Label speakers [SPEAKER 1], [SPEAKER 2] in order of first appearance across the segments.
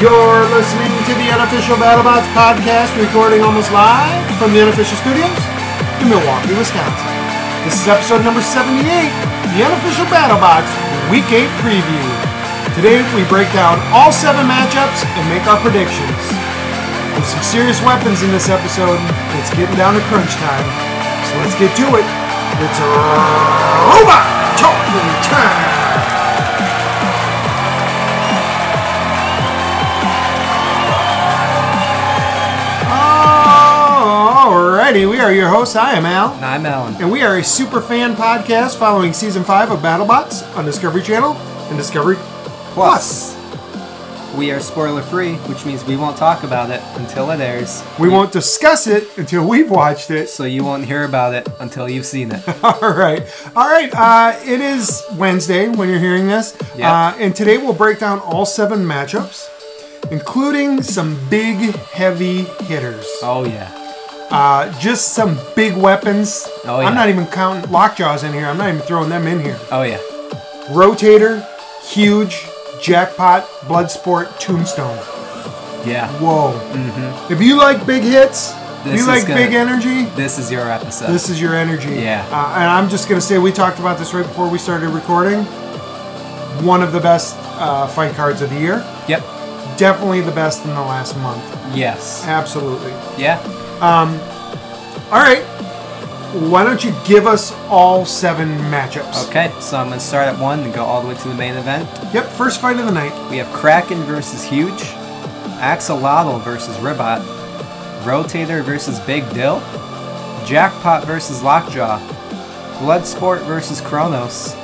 [SPEAKER 1] You're listening to the unofficial BattleBots podcast, recording almost live from the unofficial studios in Milwaukee, Wisconsin. This is episode number 78, the unofficial BattleBots Week 8 preview. Today we break down all seven matchups and make our predictions. With some serious weapons in this episode, it's getting down to crunch time. So let's get to it. It's robot talking time. Alrighty, we are your hosts. I am Al,
[SPEAKER 2] I'm Alan.
[SPEAKER 1] and we are a super fan podcast following season five of BattleBots on Discovery Channel and Discovery Plus.
[SPEAKER 2] We are spoiler free, which means we won't talk about it until it airs.
[SPEAKER 1] We won't discuss it until we've watched it.
[SPEAKER 2] So you won't hear about it until you've seen it.
[SPEAKER 1] All right, all right. Uh, it is Wednesday when you're hearing this,
[SPEAKER 2] Yeah.
[SPEAKER 1] uh, and today we'll break down all seven matchups, including some big, heavy hitters.
[SPEAKER 2] Oh yeah.
[SPEAKER 1] Uh, just some big weapons.
[SPEAKER 2] Oh, yeah.
[SPEAKER 1] I'm not even counting lockjaws in here. I'm not even throwing them in here.
[SPEAKER 2] Oh yeah.
[SPEAKER 1] Rotator, huge, jackpot, bloodsport, tombstone.
[SPEAKER 2] Yeah.
[SPEAKER 1] Whoa. Mm-hmm. If you like big hits, if
[SPEAKER 2] This
[SPEAKER 1] you
[SPEAKER 2] is
[SPEAKER 1] like
[SPEAKER 2] gonna-
[SPEAKER 1] big energy,
[SPEAKER 2] This is your episode.
[SPEAKER 1] this is your energy.
[SPEAKER 2] Yeah.
[SPEAKER 1] Uh, and I'm just going to say, we talked about this right before we started recording. One of the best uh, fight cards of the year.
[SPEAKER 2] Yep.
[SPEAKER 1] Definitely the best in the last month.
[SPEAKER 2] Yes.
[SPEAKER 1] Absolutely.
[SPEAKER 2] Yeah.
[SPEAKER 1] All right. Why don't you give us all seven matchups?
[SPEAKER 2] Okay. So I'm gonna start at one and go all the way to the main event.
[SPEAKER 1] Yep, first fight of the night.
[SPEAKER 2] We have Kraken versus Huge, Axolotl versus Ribot, Rotator versus Big Dill, Jackpot versus Lockjaw, Bloodsport versus Kronos,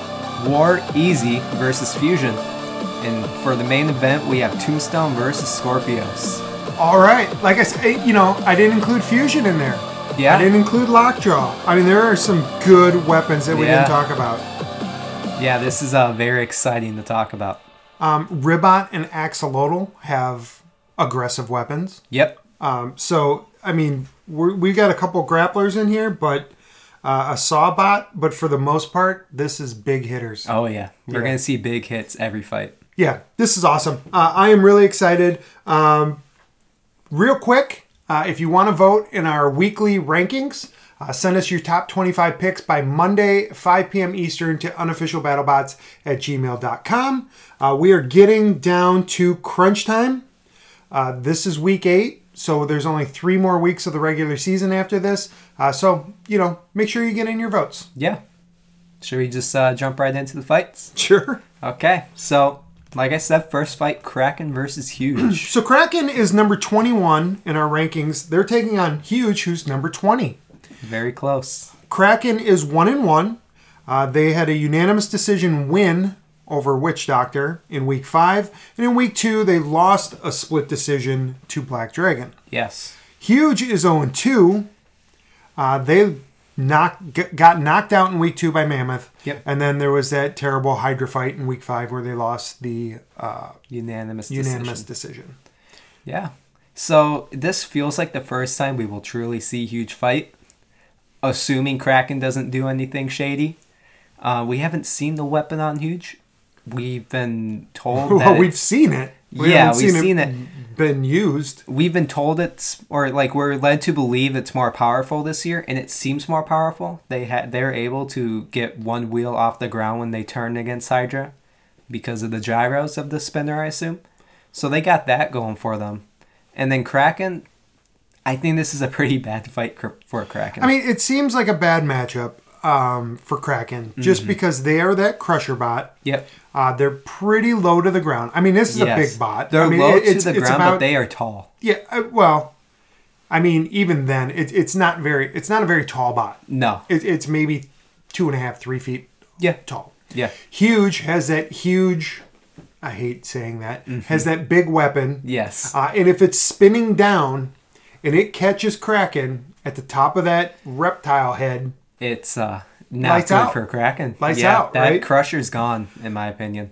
[SPEAKER 2] War Easy versus Fusion, and for the main event we have Tombstone versus Scorpios.
[SPEAKER 1] All right. Like I said, you know, I didn't include fusion in there.
[SPEAKER 2] Yeah.
[SPEAKER 1] I didn't include lockjaw. I mean, there are some good weapons that we
[SPEAKER 2] Yeah.
[SPEAKER 1] didn't talk about.
[SPEAKER 2] Yeah, this is uh, very exciting to talk about.
[SPEAKER 1] Um, Ribot and Axolotl have aggressive weapons.
[SPEAKER 2] Yep.
[SPEAKER 1] Um, so, I mean, we're, we got a couple grapplers in here, but uh, a sawbot. But for the most part, this is big hitters.
[SPEAKER 2] Oh yeah, we're
[SPEAKER 1] Yeah.
[SPEAKER 2] gonna see big hits every fight.
[SPEAKER 1] Yeah, this is awesome. Uh, I am really excited. Um, real quick, uh, if you want to vote in our weekly rankings, uh, send us your top 25 picks by Monday, 5 p.m. Eastern, to unofficialbattlebots at gmail.com. Uh, we are getting down to crunch time. Uh, this is week eight, so there's only three more weeks of the regular season after this. Uh, so, you know, make sure you get in your votes.
[SPEAKER 2] Yeah. Should we just uh, jump right into the fights?
[SPEAKER 1] Sure.
[SPEAKER 2] Okay, so like I said, first fight Kraken versus Huge.
[SPEAKER 1] So Kraken is number 21 in our rankings. They're taking on Huge, who's number 20.
[SPEAKER 2] Very close.
[SPEAKER 1] Kraken is one and one. Uh, they had a unanimous decision win over Witch Doctor in week five, and in week two they lost a split decision to Black Dragon.
[SPEAKER 2] Yes.
[SPEAKER 1] Huge is 0 2. Uh, they knocked, g- got knocked out in week two by Mammoth.
[SPEAKER 2] Yep.
[SPEAKER 1] And then there was that terrible Hydra fight in week five where they lost the uh,
[SPEAKER 2] Unanimous decision.
[SPEAKER 1] unanimous decision.
[SPEAKER 2] Yeah. So this feels like the first time we will truly see Huge fight, assuming Kraken doesn't do anything shady. Uh, we haven't seen the weapon on Huge. We've been told that
[SPEAKER 1] Well,
[SPEAKER 2] it-
[SPEAKER 1] we've seen it.
[SPEAKER 2] Yeah,
[SPEAKER 1] haven't
[SPEAKER 2] we've seen it.
[SPEAKER 1] been used.
[SPEAKER 2] we've been told it's or like we're led to believe it's more powerful this year and it seems more powerful they had they're able to get one wheel off the ground when they turn against hydra because of the gyros of the spinner i assume so they got that going for them and then kraken i think this is a pretty bad fight cr- for kraken
[SPEAKER 1] I mean, it seems like a bad matchup um, for Kraken just
[SPEAKER 2] Mm-hmm.
[SPEAKER 1] because they are that crusher bot.
[SPEAKER 2] yep
[SPEAKER 1] Uh, they're pretty low to the ground. I mean, this is a
[SPEAKER 2] Yes.
[SPEAKER 1] big bot.
[SPEAKER 2] they're
[SPEAKER 1] I mean,
[SPEAKER 2] low
[SPEAKER 1] it- it's-
[SPEAKER 2] to the
[SPEAKER 1] it's
[SPEAKER 2] ground
[SPEAKER 1] about-
[SPEAKER 2] but they are tall
[SPEAKER 1] yeah. uh, Well, I mean, even then, it, it's not very. It's not a very tall bot.
[SPEAKER 2] no
[SPEAKER 1] It, it's maybe two and a half, three feet
[SPEAKER 2] yeah
[SPEAKER 1] tall.
[SPEAKER 2] yeah
[SPEAKER 1] Huge has that huge. I hate saying that. Has
[SPEAKER 2] Mm-hmm.
[SPEAKER 1] that big weapon.
[SPEAKER 2] yes
[SPEAKER 1] Uh, and if it's spinning down and it catches Kraken at the top of that reptile head,
[SPEAKER 2] it's uh not
[SPEAKER 1] Lights
[SPEAKER 2] good
[SPEAKER 1] out.
[SPEAKER 2] for kraken
[SPEAKER 1] Lights
[SPEAKER 2] yeah
[SPEAKER 1] out,
[SPEAKER 2] that
[SPEAKER 1] right?
[SPEAKER 2] crusher's gone in my opinion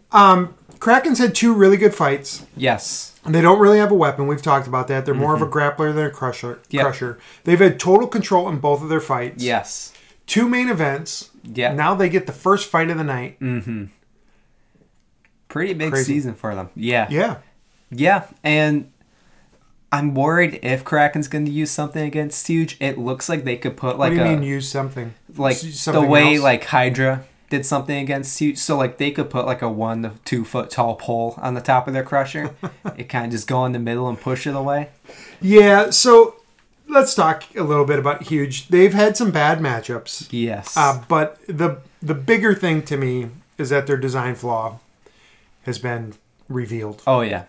[SPEAKER 1] Kraken's had two really good fights.
[SPEAKER 2] yes
[SPEAKER 1] They don't really have a weapon. We've talked about that. They're more of a
[SPEAKER 2] Mm-hmm.
[SPEAKER 1] grappler than a crusher.
[SPEAKER 2] Yep.
[SPEAKER 1] Crusher. They've had total control in both of their fights.
[SPEAKER 2] Yes.
[SPEAKER 1] Two main events.
[SPEAKER 2] Yeah. Mm.
[SPEAKER 1] Now they get the first fight of the night.
[SPEAKER 2] Pretty big
[SPEAKER 1] Crazy.
[SPEAKER 2] season for them. Yeah.
[SPEAKER 1] Yeah.
[SPEAKER 2] Yeah, and I'm worried if Kraken's going to use something against Huge. It looks like they could put
[SPEAKER 1] What
[SPEAKER 2] like
[SPEAKER 1] do you
[SPEAKER 2] a
[SPEAKER 1] mean use something?
[SPEAKER 2] like
[SPEAKER 1] S- something
[SPEAKER 2] the way
[SPEAKER 1] else?
[SPEAKER 2] like Hydra did something against Huge. So like they could put like a one to two foot tall pole on the top of their crusher. it kind of just go in the middle and push it away.
[SPEAKER 1] Yeah, so let's talk a little bit about Huge. They've had some bad matchups.
[SPEAKER 2] Yes.
[SPEAKER 1] Uh, but the the bigger thing to me is that their design flaw has been revealed.
[SPEAKER 2] oh yeah.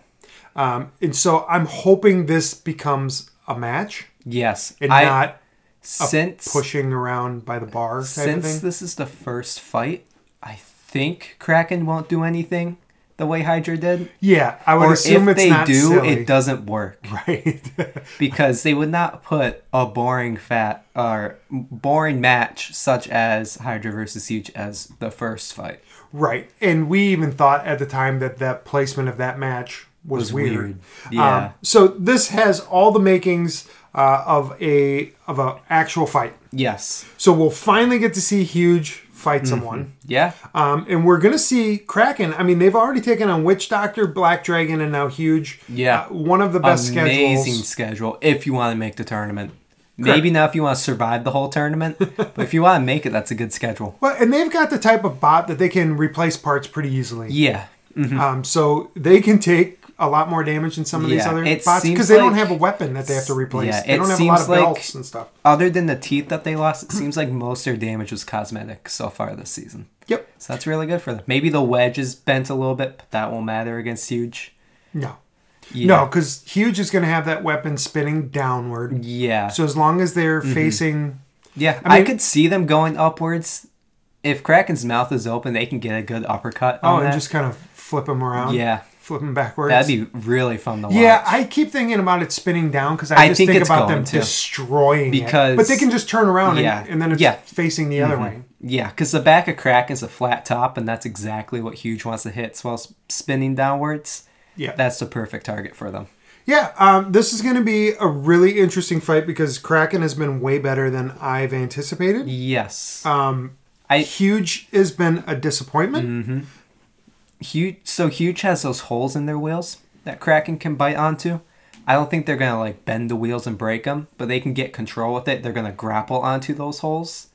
[SPEAKER 1] Um, and so I'm hoping this becomes a match
[SPEAKER 2] Yes.
[SPEAKER 1] and
[SPEAKER 2] I
[SPEAKER 1] not
[SPEAKER 2] since
[SPEAKER 1] pushing around by the bar type of
[SPEAKER 2] since
[SPEAKER 1] thing.
[SPEAKER 2] this is the first fight, I think Kraken won't do anything the way Hydra did.
[SPEAKER 1] yeah, I would
[SPEAKER 2] Or
[SPEAKER 1] assume
[SPEAKER 2] if
[SPEAKER 1] it's
[SPEAKER 2] they
[SPEAKER 1] not
[SPEAKER 2] do,
[SPEAKER 1] silly.
[SPEAKER 2] it doesn't work.
[SPEAKER 1] Right.
[SPEAKER 2] because they would not put a boring fat or boring match such as Hydra versus Siege as the first fight.
[SPEAKER 1] Right. And we even thought at the time that that placement of that match was,
[SPEAKER 2] was
[SPEAKER 1] weird. Um,
[SPEAKER 2] weird. Yeah.
[SPEAKER 1] so this has all the makings uh, of a of a actual fight.
[SPEAKER 2] Yes.
[SPEAKER 1] So we'll finally get to see huge fight
[SPEAKER 2] Mm-hmm.
[SPEAKER 1] someone.
[SPEAKER 2] Yeah.
[SPEAKER 1] Um, and we're gonna see Kraken. I mean, they've already taken on Witch Doctor, Black Dragon, and now Huge.
[SPEAKER 2] Yeah.
[SPEAKER 1] Uh, one of the best
[SPEAKER 2] Amazing
[SPEAKER 1] schedules.
[SPEAKER 2] schedule if you want to make the tournament. Maybe not if you want to survive the whole tournament, but if you want to make it, that's a good schedule.
[SPEAKER 1] Well, and they've got the type of bot that they can replace parts pretty easily.
[SPEAKER 2] Yeah.
[SPEAKER 1] Um, so they can take a lot more damage than some of these
[SPEAKER 2] Yeah,
[SPEAKER 1] other
[SPEAKER 2] it
[SPEAKER 1] bots
[SPEAKER 2] seems
[SPEAKER 1] because they don't
[SPEAKER 2] like-
[SPEAKER 1] have a weapon that they have to replace.
[SPEAKER 2] Yeah,
[SPEAKER 1] they
[SPEAKER 2] it
[SPEAKER 1] don't have a lot
[SPEAKER 2] seems
[SPEAKER 1] of
[SPEAKER 2] like-
[SPEAKER 1] belts and stuff.
[SPEAKER 2] Other than the teeth that they lost, it seems like most of their damage was cosmetic so far this season.
[SPEAKER 1] Yep.
[SPEAKER 2] So that's really good for them. Maybe the wedge is bent a little bit, but that won't matter against Huge.
[SPEAKER 1] No.
[SPEAKER 2] Yeah.
[SPEAKER 1] No, because Huge is going to have that weapon spinning downward.
[SPEAKER 2] Yeah. Mm-hmm.
[SPEAKER 1] So as long as they're facing,
[SPEAKER 2] Yeah,
[SPEAKER 1] I
[SPEAKER 2] I,
[SPEAKER 1] mean-
[SPEAKER 2] could see them going upwards. If Kraken's mouth is open, they can get a good uppercut.
[SPEAKER 1] oh,
[SPEAKER 2] on
[SPEAKER 1] and
[SPEAKER 2] that.
[SPEAKER 1] just kind of flip them around.
[SPEAKER 2] yeah,
[SPEAKER 1] Flip them backwards.
[SPEAKER 2] that'd be really fun to watch.
[SPEAKER 1] yeah, I keep thinking about it spinning down because I,
[SPEAKER 2] I
[SPEAKER 1] just
[SPEAKER 2] think
[SPEAKER 1] think,
[SPEAKER 2] it's
[SPEAKER 1] about
[SPEAKER 2] going
[SPEAKER 1] them
[SPEAKER 2] to.
[SPEAKER 1] destroying it.
[SPEAKER 2] Because-
[SPEAKER 1] But they can just turn around
[SPEAKER 2] Yeah.
[SPEAKER 1] and, and then it's
[SPEAKER 2] Yeah. Mm-hmm.
[SPEAKER 1] facing the other way.
[SPEAKER 2] yeah, because the back of Kraken's a flat top, and that's exactly what Huge wants to hit. So while s- spinning downwards,
[SPEAKER 1] Yeah.
[SPEAKER 2] that's the perfect target for them.
[SPEAKER 1] Yeah, um, this is going to be a really interesting fight because Kraken has been way better than I've anticipated.
[SPEAKER 2] Yes,
[SPEAKER 1] Um,
[SPEAKER 2] I- Mm-hmm.
[SPEAKER 1] Huge has been a disappointment.
[SPEAKER 2] Huge. So Huge has those holes in their wheels that Kraken can bite onto. I don't think they're gonna like bend the wheels and break them, but they can get control with it. They're gonna grapple onto those holes,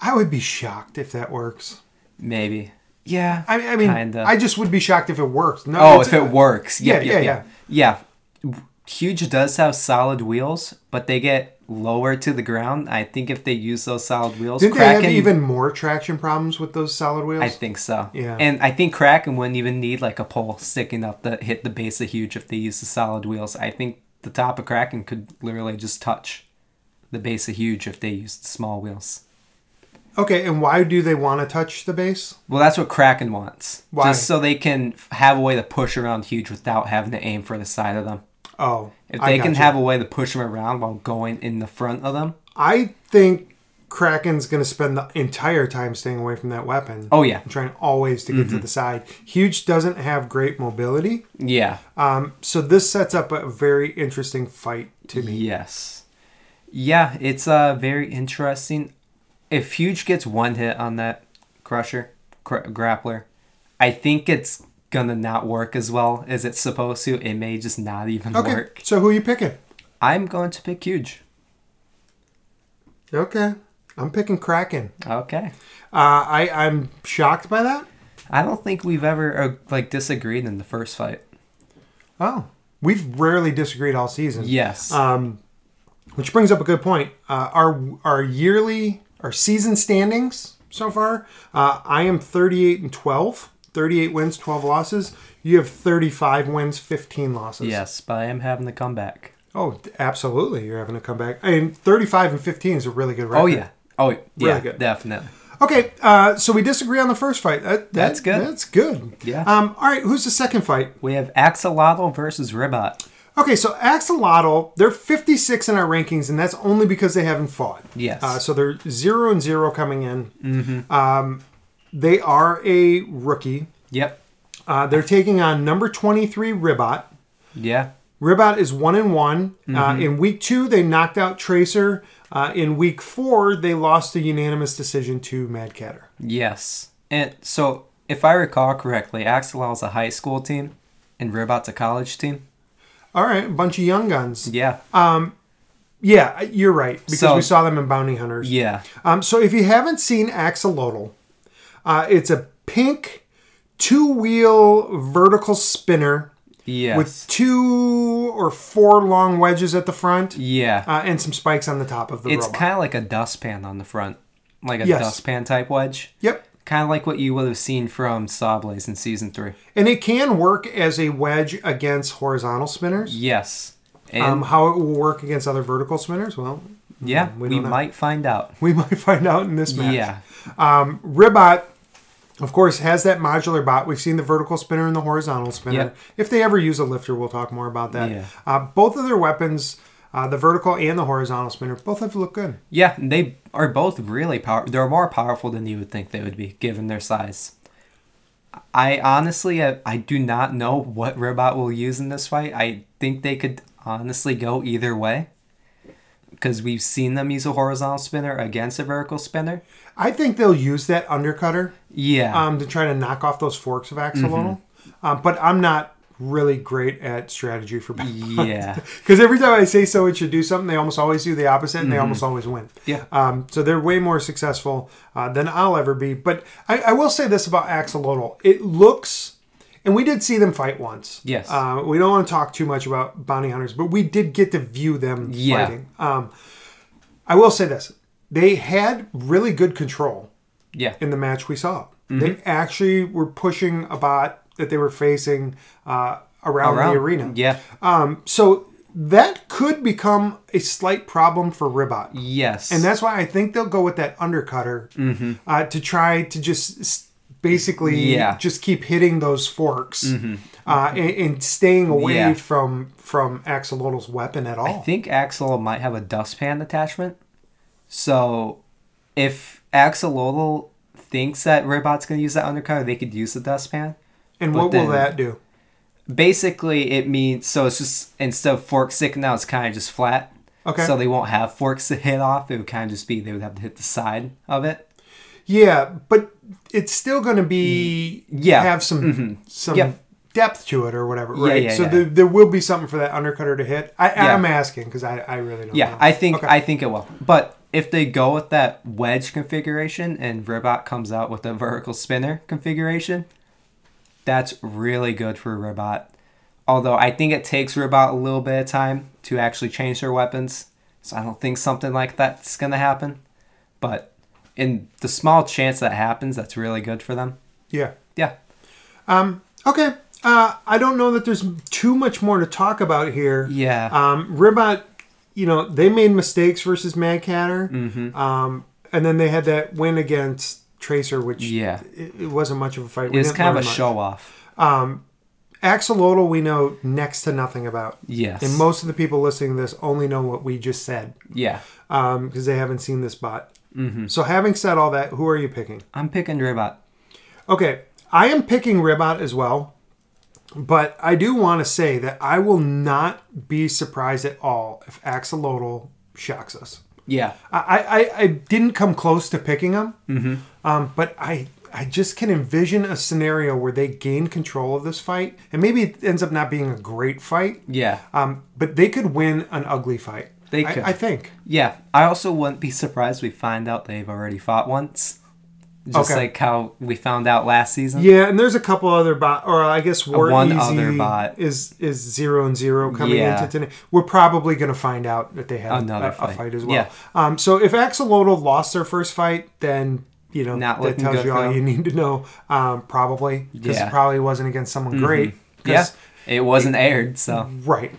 [SPEAKER 1] I would be shocked if that works.
[SPEAKER 2] maybe. Yeah,
[SPEAKER 1] I, I mean,
[SPEAKER 2] Kinda.
[SPEAKER 1] I just would be shocked if it works. No,
[SPEAKER 2] Oh,
[SPEAKER 1] it's-
[SPEAKER 2] if it works. Yep,
[SPEAKER 1] yeah,
[SPEAKER 2] yeah, yeah, yeah. Yeah. Huge does have solid wheels, but they get lower to the ground. I think if they use those solid wheels,
[SPEAKER 1] Didn't
[SPEAKER 2] Kraken,
[SPEAKER 1] they have even more traction problems with those solid wheels?
[SPEAKER 2] I think so.
[SPEAKER 1] Yeah.
[SPEAKER 2] And I think Kraken wouldn't even need like a pole sticking up that hit the base of Huge if they use the solid wheels. I think the top of Kraken could literally just touch the base of Huge if they used small wheels.
[SPEAKER 1] okay, and why do they want to touch the base?
[SPEAKER 2] Well, that's what Kraken wants.
[SPEAKER 1] Why?
[SPEAKER 2] Just so they can have a way to push around Huge without having to aim for the side of them.
[SPEAKER 1] Oh,
[SPEAKER 2] If
[SPEAKER 1] I
[SPEAKER 2] they can
[SPEAKER 1] gotcha.
[SPEAKER 2] have a way to push them around while going in the front of them.
[SPEAKER 1] I think Kraken's going to spend the entire time staying away from that weapon.
[SPEAKER 2] Oh, Mm-hmm. yeah.
[SPEAKER 1] and trying always to get to the side. Huge doesn't have great mobility,
[SPEAKER 2] Yeah.
[SPEAKER 1] um, so this sets up a very interesting fight to me.
[SPEAKER 2] Yes. Yeah, it's uh very interesting. If Huge gets one hit on that crusher cr- grappler, I think it's gonna not work as well as it's supposed to. It may just not even
[SPEAKER 1] Okay,
[SPEAKER 2] work.
[SPEAKER 1] so who are you picking?
[SPEAKER 2] I'm going to pick Huge.
[SPEAKER 1] Okay, I'm picking Kraken.
[SPEAKER 2] Okay.
[SPEAKER 1] Uh, I I'm shocked by that.
[SPEAKER 2] I don't think we've ever uh, like disagreed in the first fight.
[SPEAKER 1] Oh, we've rarely disagreed all season.
[SPEAKER 2] Yes.
[SPEAKER 1] Um, which brings up a good point. Uh, our our yearly our season standings so far. Uh, I am 38 and 12. 38 wins, 12 losses. You have 35 wins, 15 losses.
[SPEAKER 2] yes, but I am having the comeback.
[SPEAKER 1] Oh, absolutely. You're having a comeback. And 35 and 15 is a really good record.
[SPEAKER 2] Oh yeah. Oh yeah.
[SPEAKER 1] Really good.
[SPEAKER 2] Definitely.
[SPEAKER 1] Okay, uh, so we disagree on the first fight. That, that-
[SPEAKER 2] That's good.
[SPEAKER 1] That's good.
[SPEAKER 2] Yeah.
[SPEAKER 1] Um, all right, who's the second fight?
[SPEAKER 2] We have Axolotl versus Ribot.
[SPEAKER 1] Okay, so Axolotl, they're 56 in our rankings, and that's only because they haven't fought.
[SPEAKER 2] Yes. Mm-hmm.
[SPEAKER 1] Uh, so they're zero and zero coming in. Um, they are a rookie.
[SPEAKER 2] Yep.
[SPEAKER 1] Uh, they're taking on number 23 Ribot.
[SPEAKER 2] Yeah.
[SPEAKER 1] Ribot is one and one.
[SPEAKER 2] Mm-hmm.
[SPEAKER 1] Uh, in week two, they knocked out Tracer. Uh, in week four, they lost a unanimous decision to Mad Catter.
[SPEAKER 2] Yes. And so, if I recall correctly, Axelotl is a high school team, And Robot's a college team.
[SPEAKER 1] All right, a bunch of young guns.
[SPEAKER 2] Yeah.
[SPEAKER 1] Yeah, you're right because
[SPEAKER 2] So-
[SPEAKER 1] we saw them in Bounty Hunters.
[SPEAKER 2] yeah.
[SPEAKER 1] Um, so if you haven't seen Axolotl, uh, it's a pink two-wheel vertical spinner
[SPEAKER 2] Yes.
[SPEAKER 1] with two or four long wedges at the front
[SPEAKER 2] yeah.
[SPEAKER 1] uh, and some spikes on the top of the
[SPEAKER 2] it's
[SPEAKER 1] robot.
[SPEAKER 2] kind of like a dustpan on the front, like a
[SPEAKER 1] Yes.
[SPEAKER 2] dustpan type wedge.
[SPEAKER 1] yep.
[SPEAKER 2] Kind of like what you would have seen from Sawblaze in season three.
[SPEAKER 1] And it can work as a wedge against horizontal spinners.
[SPEAKER 2] Yes. And
[SPEAKER 1] Um, how it will work against other vertical spinners, well,
[SPEAKER 2] yeah,
[SPEAKER 1] we
[SPEAKER 2] we,
[SPEAKER 1] don't know.
[SPEAKER 2] might find out.
[SPEAKER 1] we might find out in this match.
[SPEAKER 2] Yeah.
[SPEAKER 1] Ribot, of course, has that modular bot. We've seen the vertical spinner and the horizontal spinner.
[SPEAKER 2] Yep.
[SPEAKER 1] If they ever use a lifter, we'll talk more about that.
[SPEAKER 2] Yeah.
[SPEAKER 1] Uh, both of their weapons, uh, the vertical and the horizontal spinner, both have looked good.
[SPEAKER 2] Yeah, and they are both really powerful. They're more powerful than you would think they would be, given their size. I honestly, I, I do not know what Robot will use in this fight. I think they could honestly go either way. Because we've seen them use a horizontal spinner against a vertical spinner.
[SPEAKER 1] I think they'll use that undercutter
[SPEAKER 2] Yeah. Mm-hmm.
[SPEAKER 1] um, to try to knock off those forks of Axolotl. Um, but I'm not really great at strategy for
[SPEAKER 2] yeah.
[SPEAKER 1] because every time I say so, it should do something. They almost always do the opposite, and they almost always win.
[SPEAKER 2] Mm-hmm. Yeah.
[SPEAKER 1] Um, so they're way more successful uh, than I'll ever be. But I, I will say this about Axolotl: it looks, and we did see them fight once.
[SPEAKER 2] Yes.
[SPEAKER 1] Uh, we don't want to talk too much about bounty hunters, but we did get to view them
[SPEAKER 2] Yeah.
[SPEAKER 1] fighting. Um, I will say this: they had really good control
[SPEAKER 2] Yeah.
[SPEAKER 1] in the match we saw.
[SPEAKER 2] Mm-hmm.
[SPEAKER 1] They actually were pushing a bot that they were facing uh, around,
[SPEAKER 2] Around.
[SPEAKER 1] the arena.
[SPEAKER 2] Yeah.
[SPEAKER 1] Um, so that could become a slight problem for Ribot.
[SPEAKER 2] Yes.
[SPEAKER 1] And that's why I think they'll go with that undercutter
[SPEAKER 2] Mm-hmm.
[SPEAKER 1] uh, to try to just s- basically
[SPEAKER 2] Yeah. Mm-hmm.
[SPEAKER 1] just keep hitting those forks uh, and, and staying away
[SPEAKER 2] Yeah.
[SPEAKER 1] from from Axolotl's weapon at
[SPEAKER 2] I
[SPEAKER 1] all.
[SPEAKER 2] think Axel might have a dustpan attachment. So if Axolotl thinks that Ribot's going to use that undercutter, they could use the dustpan.
[SPEAKER 1] And
[SPEAKER 2] but
[SPEAKER 1] what will
[SPEAKER 2] then-
[SPEAKER 1] that do?
[SPEAKER 2] Basically, it means so it's just instead of fork sticking out, it's kind of just flat.
[SPEAKER 1] Okay.
[SPEAKER 2] So they won't have forks to hit off. It would kind of just be they would have to hit the side of it.
[SPEAKER 1] Yeah, but it's still going to be
[SPEAKER 2] yeah. Mm-hmm.
[SPEAKER 1] have some some
[SPEAKER 2] Yep.
[SPEAKER 1] depth to it or whatever, right?
[SPEAKER 2] yeah,
[SPEAKER 1] so
[SPEAKER 2] yeah.
[SPEAKER 1] There, there will be something for that undercutter to hit. I,
[SPEAKER 2] Yeah.
[SPEAKER 1] I'm asking because I, I really don't.
[SPEAKER 2] Yeah,
[SPEAKER 1] know.
[SPEAKER 2] I think
[SPEAKER 1] Okay.
[SPEAKER 2] I think it will. But if they go with that wedge configuration and Robot comes out with a vertical spinner configuration, that's really good for Robot. Although I think it takes Robot a little bit of time to actually change their weapons, so I don't think something like that's gonna happen. But in the small chance that happens, that's really good for them.
[SPEAKER 1] yeah.
[SPEAKER 2] Yeah,
[SPEAKER 1] Okay. Uh, I don't know that there's too much more to talk about here.
[SPEAKER 2] Yeah.
[SPEAKER 1] Um, Ribot, you know, they made mistakes versus Mad Catter.
[SPEAKER 2] Mm-hmm.
[SPEAKER 1] Um, and then they had that win against Tracer, which
[SPEAKER 2] Yeah.
[SPEAKER 1] it, it wasn't much of a fight. We
[SPEAKER 2] it's
[SPEAKER 1] didn't
[SPEAKER 2] kind of
[SPEAKER 1] learn
[SPEAKER 2] a
[SPEAKER 1] much.
[SPEAKER 2] show off.
[SPEAKER 1] Axolotl, we know next to nothing about.
[SPEAKER 2] Yes.
[SPEAKER 1] And most of the people listening to this only know what we just said
[SPEAKER 2] yeah,
[SPEAKER 1] because they haven't seen this bot. Mm-hmm. So, having said all that, who are you picking?
[SPEAKER 2] I'm picking Robot.
[SPEAKER 1] Okay, I am picking Ribot as well, but I do want to say that I will not be surprised at all if Axolotl shocks us.
[SPEAKER 2] Yeah,
[SPEAKER 1] I, I, I didn't come close to picking him,
[SPEAKER 2] Mm-hmm.
[SPEAKER 1] um, but I I just can envision a scenario where they gain control of this fight, and maybe it ends up not being a great fight,
[SPEAKER 2] yeah.
[SPEAKER 1] um, but they could win an ugly fight.
[SPEAKER 2] They
[SPEAKER 1] I-
[SPEAKER 2] could.
[SPEAKER 1] I think.
[SPEAKER 2] Yeah, I also wouldn't be surprised we find out they've already fought once, just
[SPEAKER 1] Okay.
[SPEAKER 2] like how we found out last season.
[SPEAKER 1] Yeah, and there's a couple other bot, or I guess War
[SPEAKER 2] one
[SPEAKER 1] Easy
[SPEAKER 2] other bot.
[SPEAKER 1] is is zero and zero coming
[SPEAKER 2] Yeah.
[SPEAKER 1] into tonight. We're probably going to find out that they had
[SPEAKER 2] Another
[SPEAKER 1] a, a
[SPEAKER 2] fight.
[SPEAKER 1] fight as well.
[SPEAKER 2] Yeah.
[SPEAKER 1] Um, so if Axolotl lost their first fight, then you know
[SPEAKER 2] Not
[SPEAKER 1] that
[SPEAKER 2] looking
[SPEAKER 1] tells
[SPEAKER 2] good
[SPEAKER 1] you
[SPEAKER 2] for
[SPEAKER 1] all
[SPEAKER 2] them.
[SPEAKER 1] you need to know. Um, probably because
[SPEAKER 2] Yeah. Mm-hmm.
[SPEAKER 1] it probably wasn't against someone great. 'Cause-
[SPEAKER 2] Yeah, it wasn't aired, so
[SPEAKER 1] Right.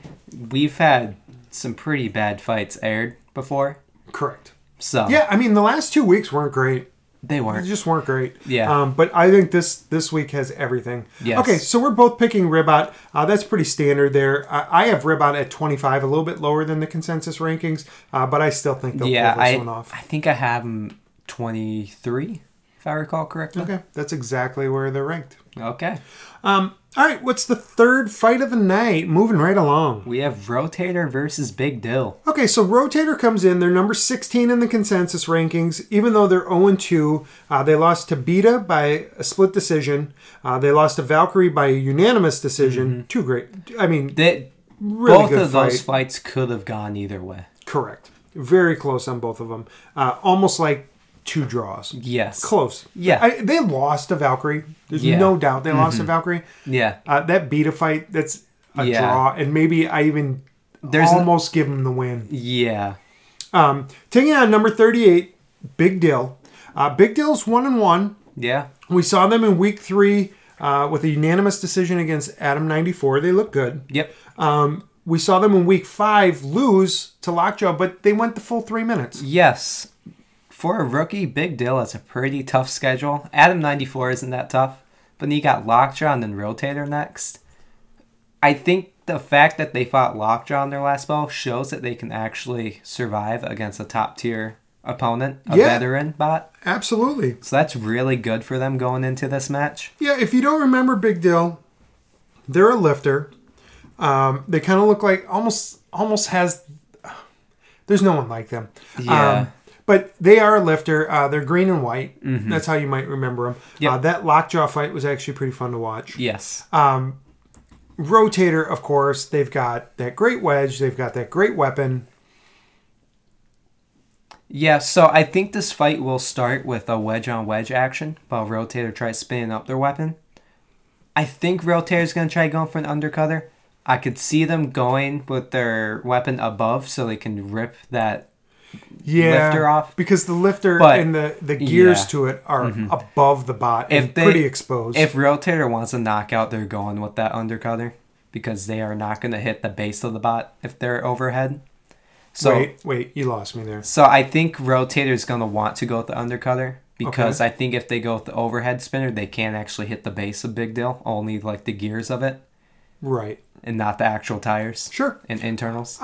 [SPEAKER 2] we've had some pretty bad fights aired before.
[SPEAKER 1] Correct.
[SPEAKER 2] So
[SPEAKER 1] Yeah, I mean the last two weeks weren't great.
[SPEAKER 2] they
[SPEAKER 1] They
[SPEAKER 2] weren't.
[SPEAKER 1] just weren't great.
[SPEAKER 2] Yeah.
[SPEAKER 1] Um, but I think this this week has everything.
[SPEAKER 2] Yes.
[SPEAKER 1] Okay, so we're both picking Ribot. Uh, that's pretty standard there. I, I have Ribot at 25, a little bit lower than the consensus rankings, uh, but I still think they'll
[SPEAKER 2] Yeah,
[SPEAKER 1] pull this
[SPEAKER 2] I
[SPEAKER 1] one off.
[SPEAKER 2] I think I have them twenty three. if I recall correctly.
[SPEAKER 1] Okay, that's exactly where they're ranked.
[SPEAKER 2] Okay.
[SPEAKER 1] Um, all right, what's the third fight of the night? Moving right along.
[SPEAKER 2] We have Rotator versus Big Dill.
[SPEAKER 1] Okay, so Rotator comes in. They're number 16 in the consensus rankings, even though they're 0 2. Uh, they lost to Beta by a split decision. Uh, they lost to Valkyrie by a unanimous decision.
[SPEAKER 2] Mm-hmm.
[SPEAKER 1] Two great. I mean,
[SPEAKER 2] That
[SPEAKER 1] really
[SPEAKER 2] both
[SPEAKER 1] good
[SPEAKER 2] of those
[SPEAKER 1] fight.
[SPEAKER 2] fights could have gone either way.
[SPEAKER 1] Correct. Very close on both of them. Uh, almost like two draws.
[SPEAKER 2] Yes.
[SPEAKER 1] Close.
[SPEAKER 2] Yeah.
[SPEAKER 1] I, they lost to Valkyrie. There's
[SPEAKER 2] Yeah.
[SPEAKER 1] no doubt they lost to Valkyrie.
[SPEAKER 2] Yeah.
[SPEAKER 1] Uh, that beta fight, that's a
[SPEAKER 2] Yeah.
[SPEAKER 1] draw. And maybe I even
[SPEAKER 2] There's n-
[SPEAKER 1] almost give him the win.
[SPEAKER 2] Yeah.
[SPEAKER 1] Um, taking on number 38, Big Dill. Uh, Big Dill's 1 and 1.
[SPEAKER 2] Yeah.
[SPEAKER 1] We saw them in week 3 uh, with a unanimous decision against Adam 94. They look good.
[SPEAKER 2] Yep.
[SPEAKER 1] We saw them in week 5 lose to Lockjaw, but they went the full 3 minutes.
[SPEAKER 2] Yes. For a rookie, Big Dill has a pretty tough schedule. Adam 94 isn't that tough, but then you got Lockjaw and then Rotator next. I think the fact that they fought Lockjaw in their last bout shows that they can actually survive against a top tier opponent, a
[SPEAKER 1] Yeah.
[SPEAKER 2] veteran bot.
[SPEAKER 1] Absolutely.
[SPEAKER 2] So that's really good for them going into this match.
[SPEAKER 1] Yeah, if you don't remember Big Dill, they're a lifter. Um, they kind of look like almost almost has. There's no one like them.
[SPEAKER 2] Yeah.
[SPEAKER 1] Um, but they are a lifter. Uh, they're green and white. That's how you might remember them.
[SPEAKER 2] Mm-hmm. Yep.
[SPEAKER 1] Uh, that lockjaw fight was actually pretty fun to watch.
[SPEAKER 2] Yes.
[SPEAKER 1] Rotator, of course, they've got that great wedge. They've got that great weapon.
[SPEAKER 2] Yeah, so I think this fight will start with a wedge on wedge action while Rotator tries spinning up their weapon. I think Rotator's going to try going for an undercutter. I could see them going with their weapon above so they can rip that.
[SPEAKER 1] Yeah,
[SPEAKER 2] Lifter off.
[SPEAKER 1] because the lifter
[SPEAKER 2] But-
[SPEAKER 1] and the the gears
[SPEAKER 2] yeah. Mm-hmm.
[SPEAKER 1] to it are above the bot.
[SPEAKER 2] If
[SPEAKER 1] and
[SPEAKER 2] they-
[SPEAKER 1] pretty exposed.
[SPEAKER 2] If Rotator wants a knockout, they're going with that undercutter because they are not going to hit the base of the bot if they're overhead. So
[SPEAKER 1] wait, wait, you lost me there.
[SPEAKER 2] So I think Rotator is going to want to go with the undercutter because I think if they go with the overhead spinner, they can't actually hit the base of Big Deal, only like the gears of it
[SPEAKER 1] Right.
[SPEAKER 2] and not the actual tires
[SPEAKER 1] Sure. Uh,
[SPEAKER 2] and internals.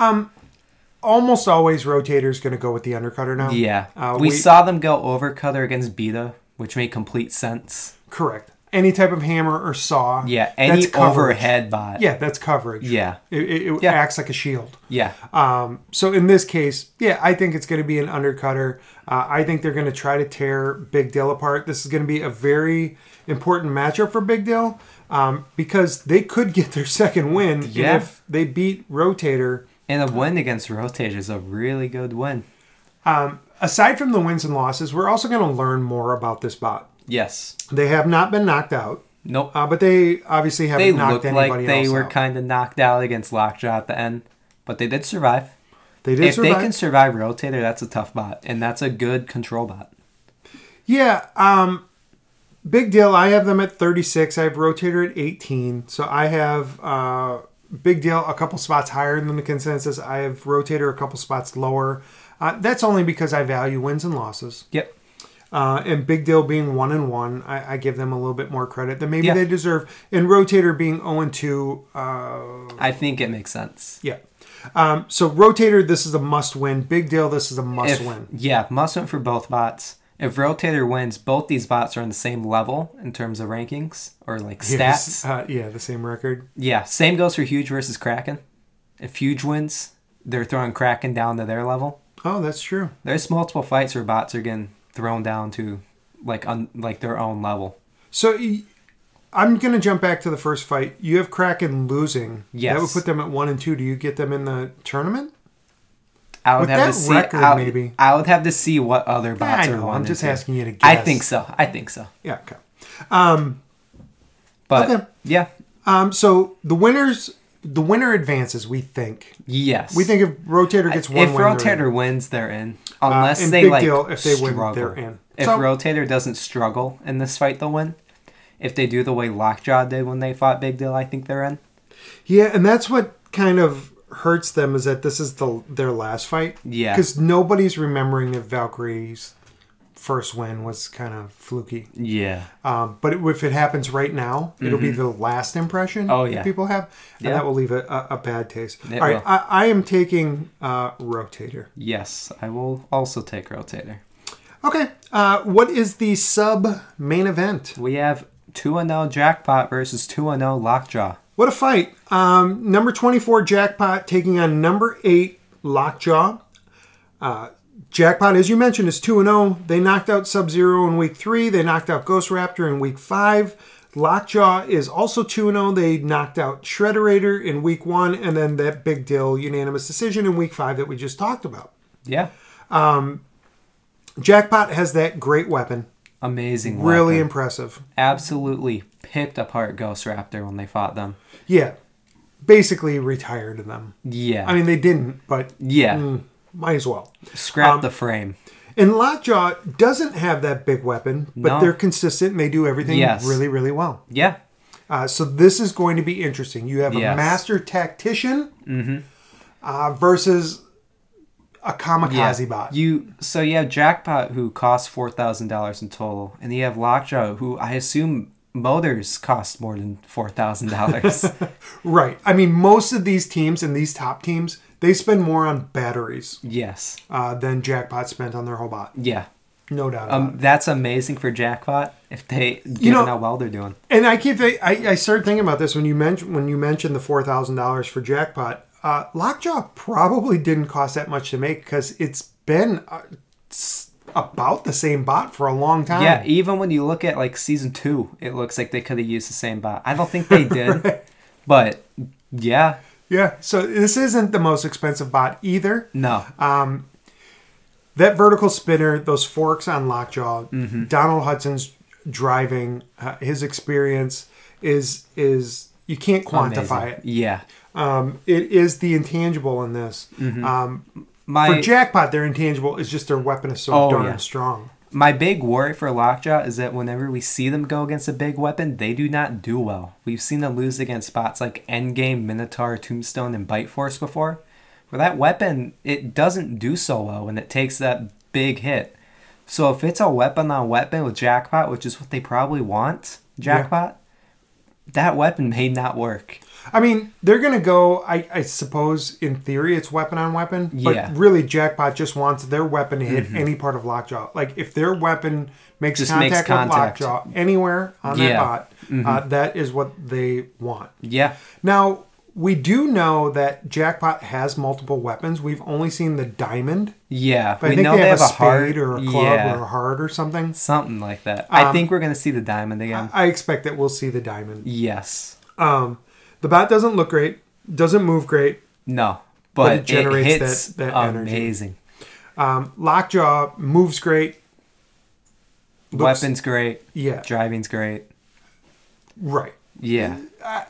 [SPEAKER 1] almost always rotator is going to go with the undercutter now.
[SPEAKER 2] yeah.
[SPEAKER 1] uh,
[SPEAKER 2] we,
[SPEAKER 1] we-
[SPEAKER 2] saw them go overcutter against Beta, which made complete sense.
[SPEAKER 1] correct. Any type of hammer or saw.
[SPEAKER 2] Yeah. Any
[SPEAKER 1] coverage.
[SPEAKER 2] overhead bot.
[SPEAKER 1] Yeah, that's coverage.
[SPEAKER 2] Yeah.
[SPEAKER 1] it, it, it
[SPEAKER 2] Yeah.
[SPEAKER 1] acts like a shield.
[SPEAKER 2] Yeah.
[SPEAKER 1] Um, so in this case, yeah, I think it's going to be an undercutter. Uh, I think they're going to try to tear Big Dill apart. This is going to be a very important matchup for Big Dill um, because they could get their second win and
[SPEAKER 2] Yeah.
[SPEAKER 1] if they beat Rotator.
[SPEAKER 2] And a win against Rotator is a really good win.
[SPEAKER 1] Aside from the wins and losses, we're also going to learn more about this bot.
[SPEAKER 2] Yes.
[SPEAKER 1] They have not been knocked out.
[SPEAKER 2] Nope.
[SPEAKER 1] Uh, but they obviously haven't
[SPEAKER 2] they
[SPEAKER 1] knocked
[SPEAKER 2] looked
[SPEAKER 1] anybody
[SPEAKER 2] like they
[SPEAKER 1] else
[SPEAKER 2] were
[SPEAKER 1] out.
[SPEAKER 2] kind of knocked out against Lockjaw at the end, but they did survive.
[SPEAKER 1] they did
[SPEAKER 2] if
[SPEAKER 1] survive.
[SPEAKER 2] they can survive rotator, that's a tough bot, and that's a good control bot.
[SPEAKER 1] yeah. Um, big deal. I have them at 36. I have Rotator at 18. So I have uh, big deal a couple spots higher than the consensus. I have Rotator a couple spots lower. Uh, that's only because I value wins and losses.
[SPEAKER 2] Yep.
[SPEAKER 1] Uh, and Big Deal being one and one, I, I give them a little bit more credit than maybe
[SPEAKER 2] Yeah.
[SPEAKER 1] they deserve. And Rotator being zero and two, uh,
[SPEAKER 2] I think it makes sense.
[SPEAKER 1] yeah. Um, so Rotator, this is a must win. Big Deal, this is a must
[SPEAKER 2] If,
[SPEAKER 1] win.
[SPEAKER 2] Yeah, must win for both bots. If rotator wins, both these bots are on the same level in terms of rankings or like stats.
[SPEAKER 1] Yeah, this- uh, yeah, the same record.
[SPEAKER 2] Yeah, same goes for Huge versus Kraken. If Huge wins, they're throwing Kraken down to their level.
[SPEAKER 1] Oh, that's true.
[SPEAKER 2] There's multiple fights where bots are getting thrown down to like un, like their own level.
[SPEAKER 1] So y- I'm going to jump back to the first fight. You have Kraken losing. That would
[SPEAKER 2] Yes.
[SPEAKER 1] put them at one and two. Do you get them in the tournament?
[SPEAKER 2] I would
[SPEAKER 1] With
[SPEAKER 2] have
[SPEAKER 1] that
[SPEAKER 2] to see.
[SPEAKER 1] record,
[SPEAKER 2] I,
[SPEAKER 1] maybe.
[SPEAKER 2] I would have to see what other bots
[SPEAKER 1] I
[SPEAKER 2] are.
[SPEAKER 1] know. I'm
[SPEAKER 2] one
[SPEAKER 1] just
[SPEAKER 2] and two.
[SPEAKER 1] asking you to guess.
[SPEAKER 2] I think so. I think so.
[SPEAKER 1] Yeah. Okay.
[SPEAKER 2] But
[SPEAKER 1] Okay.
[SPEAKER 2] yeah,
[SPEAKER 1] Um, so the winners, the winner advances. We think.
[SPEAKER 2] yes.
[SPEAKER 1] We think if Rotator gets one
[SPEAKER 2] if
[SPEAKER 1] win, they're in.
[SPEAKER 2] Rotator wins, they're in. Unless
[SPEAKER 1] Uh, and
[SPEAKER 2] they
[SPEAKER 1] big
[SPEAKER 2] like
[SPEAKER 1] deal, if they win,
[SPEAKER 2] struggle.
[SPEAKER 1] they're in.
[SPEAKER 2] If
[SPEAKER 1] So-
[SPEAKER 2] Rotator doesn't struggle in this fight, they'll win. If they do the way Lockjaw did when they fought Big Deal, I think they're in.
[SPEAKER 1] Yeah, and that's what kind of hurts them is that this is the their last fight.
[SPEAKER 2] Yeah.
[SPEAKER 1] Because nobody's remembering that Valkyrie's first win was kind of fluky.
[SPEAKER 2] Yeah.
[SPEAKER 1] Um, but if it happens right now, it'll be the last impression
[SPEAKER 2] Mm-hmm. Oh, yeah.
[SPEAKER 1] that people have, and
[SPEAKER 2] Yeah.
[SPEAKER 1] that will leave a, a, a bad taste.
[SPEAKER 2] It
[SPEAKER 1] All right,
[SPEAKER 2] will.
[SPEAKER 1] I, I am taking uh, Rotator.
[SPEAKER 2] Yes, I will also take Rotator.
[SPEAKER 1] Okay. Uh, what is the sub main event?
[SPEAKER 2] We have 2-0 Jackpot versus 2-0 Lockjaw.
[SPEAKER 1] What a fight. Um, number 24 Jackpot taking on number 8 Lockjaw. Uh, Jackpot, as you mentioned, is 2 0. They knocked out Sub Zero in week three. They knocked out Ghost Raptor in week five. Lockjaw is also 2 0. They knocked out Shredderator in week one, and then that big deal unanimous decision in week five that we just talked about.
[SPEAKER 2] Yeah.
[SPEAKER 1] Jackpot has that great weapon.
[SPEAKER 2] Amazing.
[SPEAKER 1] Really
[SPEAKER 2] weapon.
[SPEAKER 1] impressive.
[SPEAKER 2] Absolutely picked apart Ghost Raptor when they fought them.
[SPEAKER 1] Yeah. Basically retired them.
[SPEAKER 2] Yeah.
[SPEAKER 1] I mean, hmm. they didn't, but
[SPEAKER 2] yeah.
[SPEAKER 1] might as well. Um,
[SPEAKER 2] Scrap the frame.
[SPEAKER 1] And Lockjaw doesn't have that big weapon, but
[SPEAKER 2] No.
[SPEAKER 1] they're consistent and they do everything
[SPEAKER 2] Yes.
[SPEAKER 1] really, really well.
[SPEAKER 2] Yeah.
[SPEAKER 1] Uh, so this is going to be interesting. You have a
[SPEAKER 2] Yes. Mm-hmm.
[SPEAKER 1] master tactician uh, versus a kamikaze
[SPEAKER 2] Yeah.
[SPEAKER 1] bot.
[SPEAKER 2] You so you have Jackpot who costs four thousand dollars in total, and you have Lockjaw who I assume motors cost more than four thousand dollars.
[SPEAKER 1] right. I mean, most of these teams and these top teams, they spend more on batteries
[SPEAKER 2] yes.
[SPEAKER 1] uh, than Jackpot spent on their whole bot.
[SPEAKER 2] Yeah.
[SPEAKER 1] No doubt about it.
[SPEAKER 2] Um, that's amazing for Jackpot if they given
[SPEAKER 1] know-
[SPEAKER 2] how well they're doing.
[SPEAKER 1] And I keep thi- I, I started thinking about this when you mentioned when you mentioned the four thousand dollars for Jackpot. Uh, Lockjaw probably didn't cost that much to make because it's been uh, s- about the same bot for a long time.
[SPEAKER 2] Yeah, even when you look at like season two, it looks like they could have used the same bot. I don't think they did, but yeah,
[SPEAKER 1] Yeah, so this isn't the most expensive bot either.
[SPEAKER 2] no,
[SPEAKER 1] That vertical spinner, those forks on Lockjaw,
[SPEAKER 2] Mm-hmm.
[SPEAKER 1] Donald Hudson's driving, uh, his experience is is you can't
[SPEAKER 2] Amazing.
[SPEAKER 1] quantify
[SPEAKER 2] Yeah,
[SPEAKER 1] it. Um, it is the intangible in this.
[SPEAKER 2] Mm-hmm.
[SPEAKER 1] Um,
[SPEAKER 2] my
[SPEAKER 1] for jackpot, their intangible is just their weapon is so
[SPEAKER 2] Oh,
[SPEAKER 1] darn
[SPEAKER 2] yeah.
[SPEAKER 1] strong.
[SPEAKER 2] my big worry for Lockjaw is that whenever we see them go against a big weapon, they do not do well. We've seen them lose against spots like Endgame, Minotaur, Tombstone, and Bite Force before, where that weapon it doesn't do so well when it takes that big hit. So if it's a weapon on weapon with Jackpot, which is what they probably want, Jackpot, that weapon may not work.
[SPEAKER 1] I mean, they're gonna go. I, I suppose in theory, it's weapon on weapon, but
[SPEAKER 2] Yeah. Mm-hmm.
[SPEAKER 1] really, Jackpot just wants their weapon to hit any part of Lockjaw. Like if their weapon makes
[SPEAKER 2] Just
[SPEAKER 1] contact
[SPEAKER 2] makes contact.
[SPEAKER 1] with Lockjaw anywhere on that
[SPEAKER 2] Yeah. Mm-hmm.
[SPEAKER 1] bot, uh, that is what they want.
[SPEAKER 2] Yeah.
[SPEAKER 1] Now we do know that Jackpot has multiple weapons. We've only seen the diamond.
[SPEAKER 2] Yeah.
[SPEAKER 1] But I
[SPEAKER 2] we
[SPEAKER 1] think
[SPEAKER 2] know
[SPEAKER 1] they, have, a,
[SPEAKER 2] heart
[SPEAKER 1] spade or a club
[SPEAKER 2] yeah,
[SPEAKER 1] or Um, a heart or something.
[SPEAKER 2] something like that. I think we're gonna see the diamond again.
[SPEAKER 1] I expect that we'll see the diamond.
[SPEAKER 2] yes.
[SPEAKER 1] Um, the bot doesn't look great. Doesn't move great.
[SPEAKER 2] No.
[SPEAKER 1] But it
[SPEAKER 2] But, it
[SPEAKER 1] generates
[SPEAKER 2] hits
[SPEAKER 1] that- that energy.
[SPEAKER 2] amazing.
[SPEAKER 1] Um, Lockjaw moves great. Looks-
[SPEAKER 2] Weapons great.
[SPEAKER 1] Yeah.
[SPEAKER 2] Driving's great.
[SPEAKER 1] Right.
[SPEAKER 2] Yeah.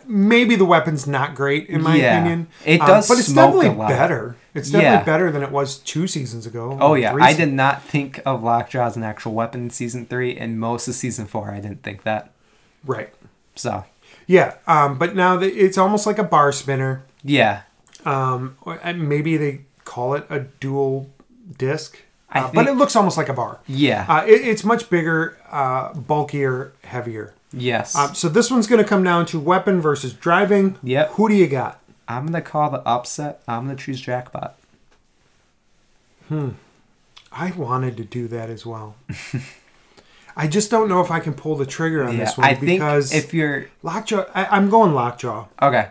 [SPEAKER 1] Maybe the weapon's not great in my
[SPEAKER 2] Yeah.
[SPEAKER 1] opinion. Um,
[SPEAKER 2] It does
[SPEAKER 1] but it's
[SPEAKER 2] smoke
[SPEAKER 1] definitely
[SPEAKER 2] a lot.
[SPEAKER 1] better. It's definitely
[SPEAKER 2] Yeah.
[SPEAKER 1] better than it was two seasons ago.
[SPEAKER 2] Oh
[SPEAKER 1] or
[SPEAKER 2] yeah.
[SPEAKER 1] three
[SPEAKER 2] I
[SPEAKER 1] se-
[SPEAKER 2] did not think of Lockjaw as an actual weapon in season three, and most of season four I didn't think that.
[SPEAKER 1] Right.
[SPEAKER 2] So
[SPEAKER 1] Yeah. Um, but now that it's almost like a bar spinner.
[SPEAKER 2] yeah.
[SPEAKER 1] Um, or- and maybe they call it a dual disc.
[SPEAKER 2] I
[SPEAKER 1] Uh, but
[SPEAKER 2] think-
[SPEAKER 1] it looks almost like a bar.
[SPEAKER 2] Yeah.
[SPEAKER 1] Uh, it, it's much bigger, uh, bulkier, heavier.
[SPEAKER 2] yes.
[SPEAKER 1] Um, so this one's going to come down to weapon versus driving.
[SPEAKER 2] Yep.
[SPEAKER 1] Who do you got?
[SPEAKER 2] I'm gonna call the upset. I'm gonna choose Jackpot.
[SPEAKER 1] I wanted to do that as well. I just don't know if I can pull the trigger on
[SPEAKER 2] Yeah.
[SPEAKER 1] this one
[SPEAKER 2] I think
[SPEAKER 1] because
[SPEAKER 2] if you're
[SPEAKER 1] Lockjaw. I, I'm going Lockjaw.
[SPEAKER 2] Okay.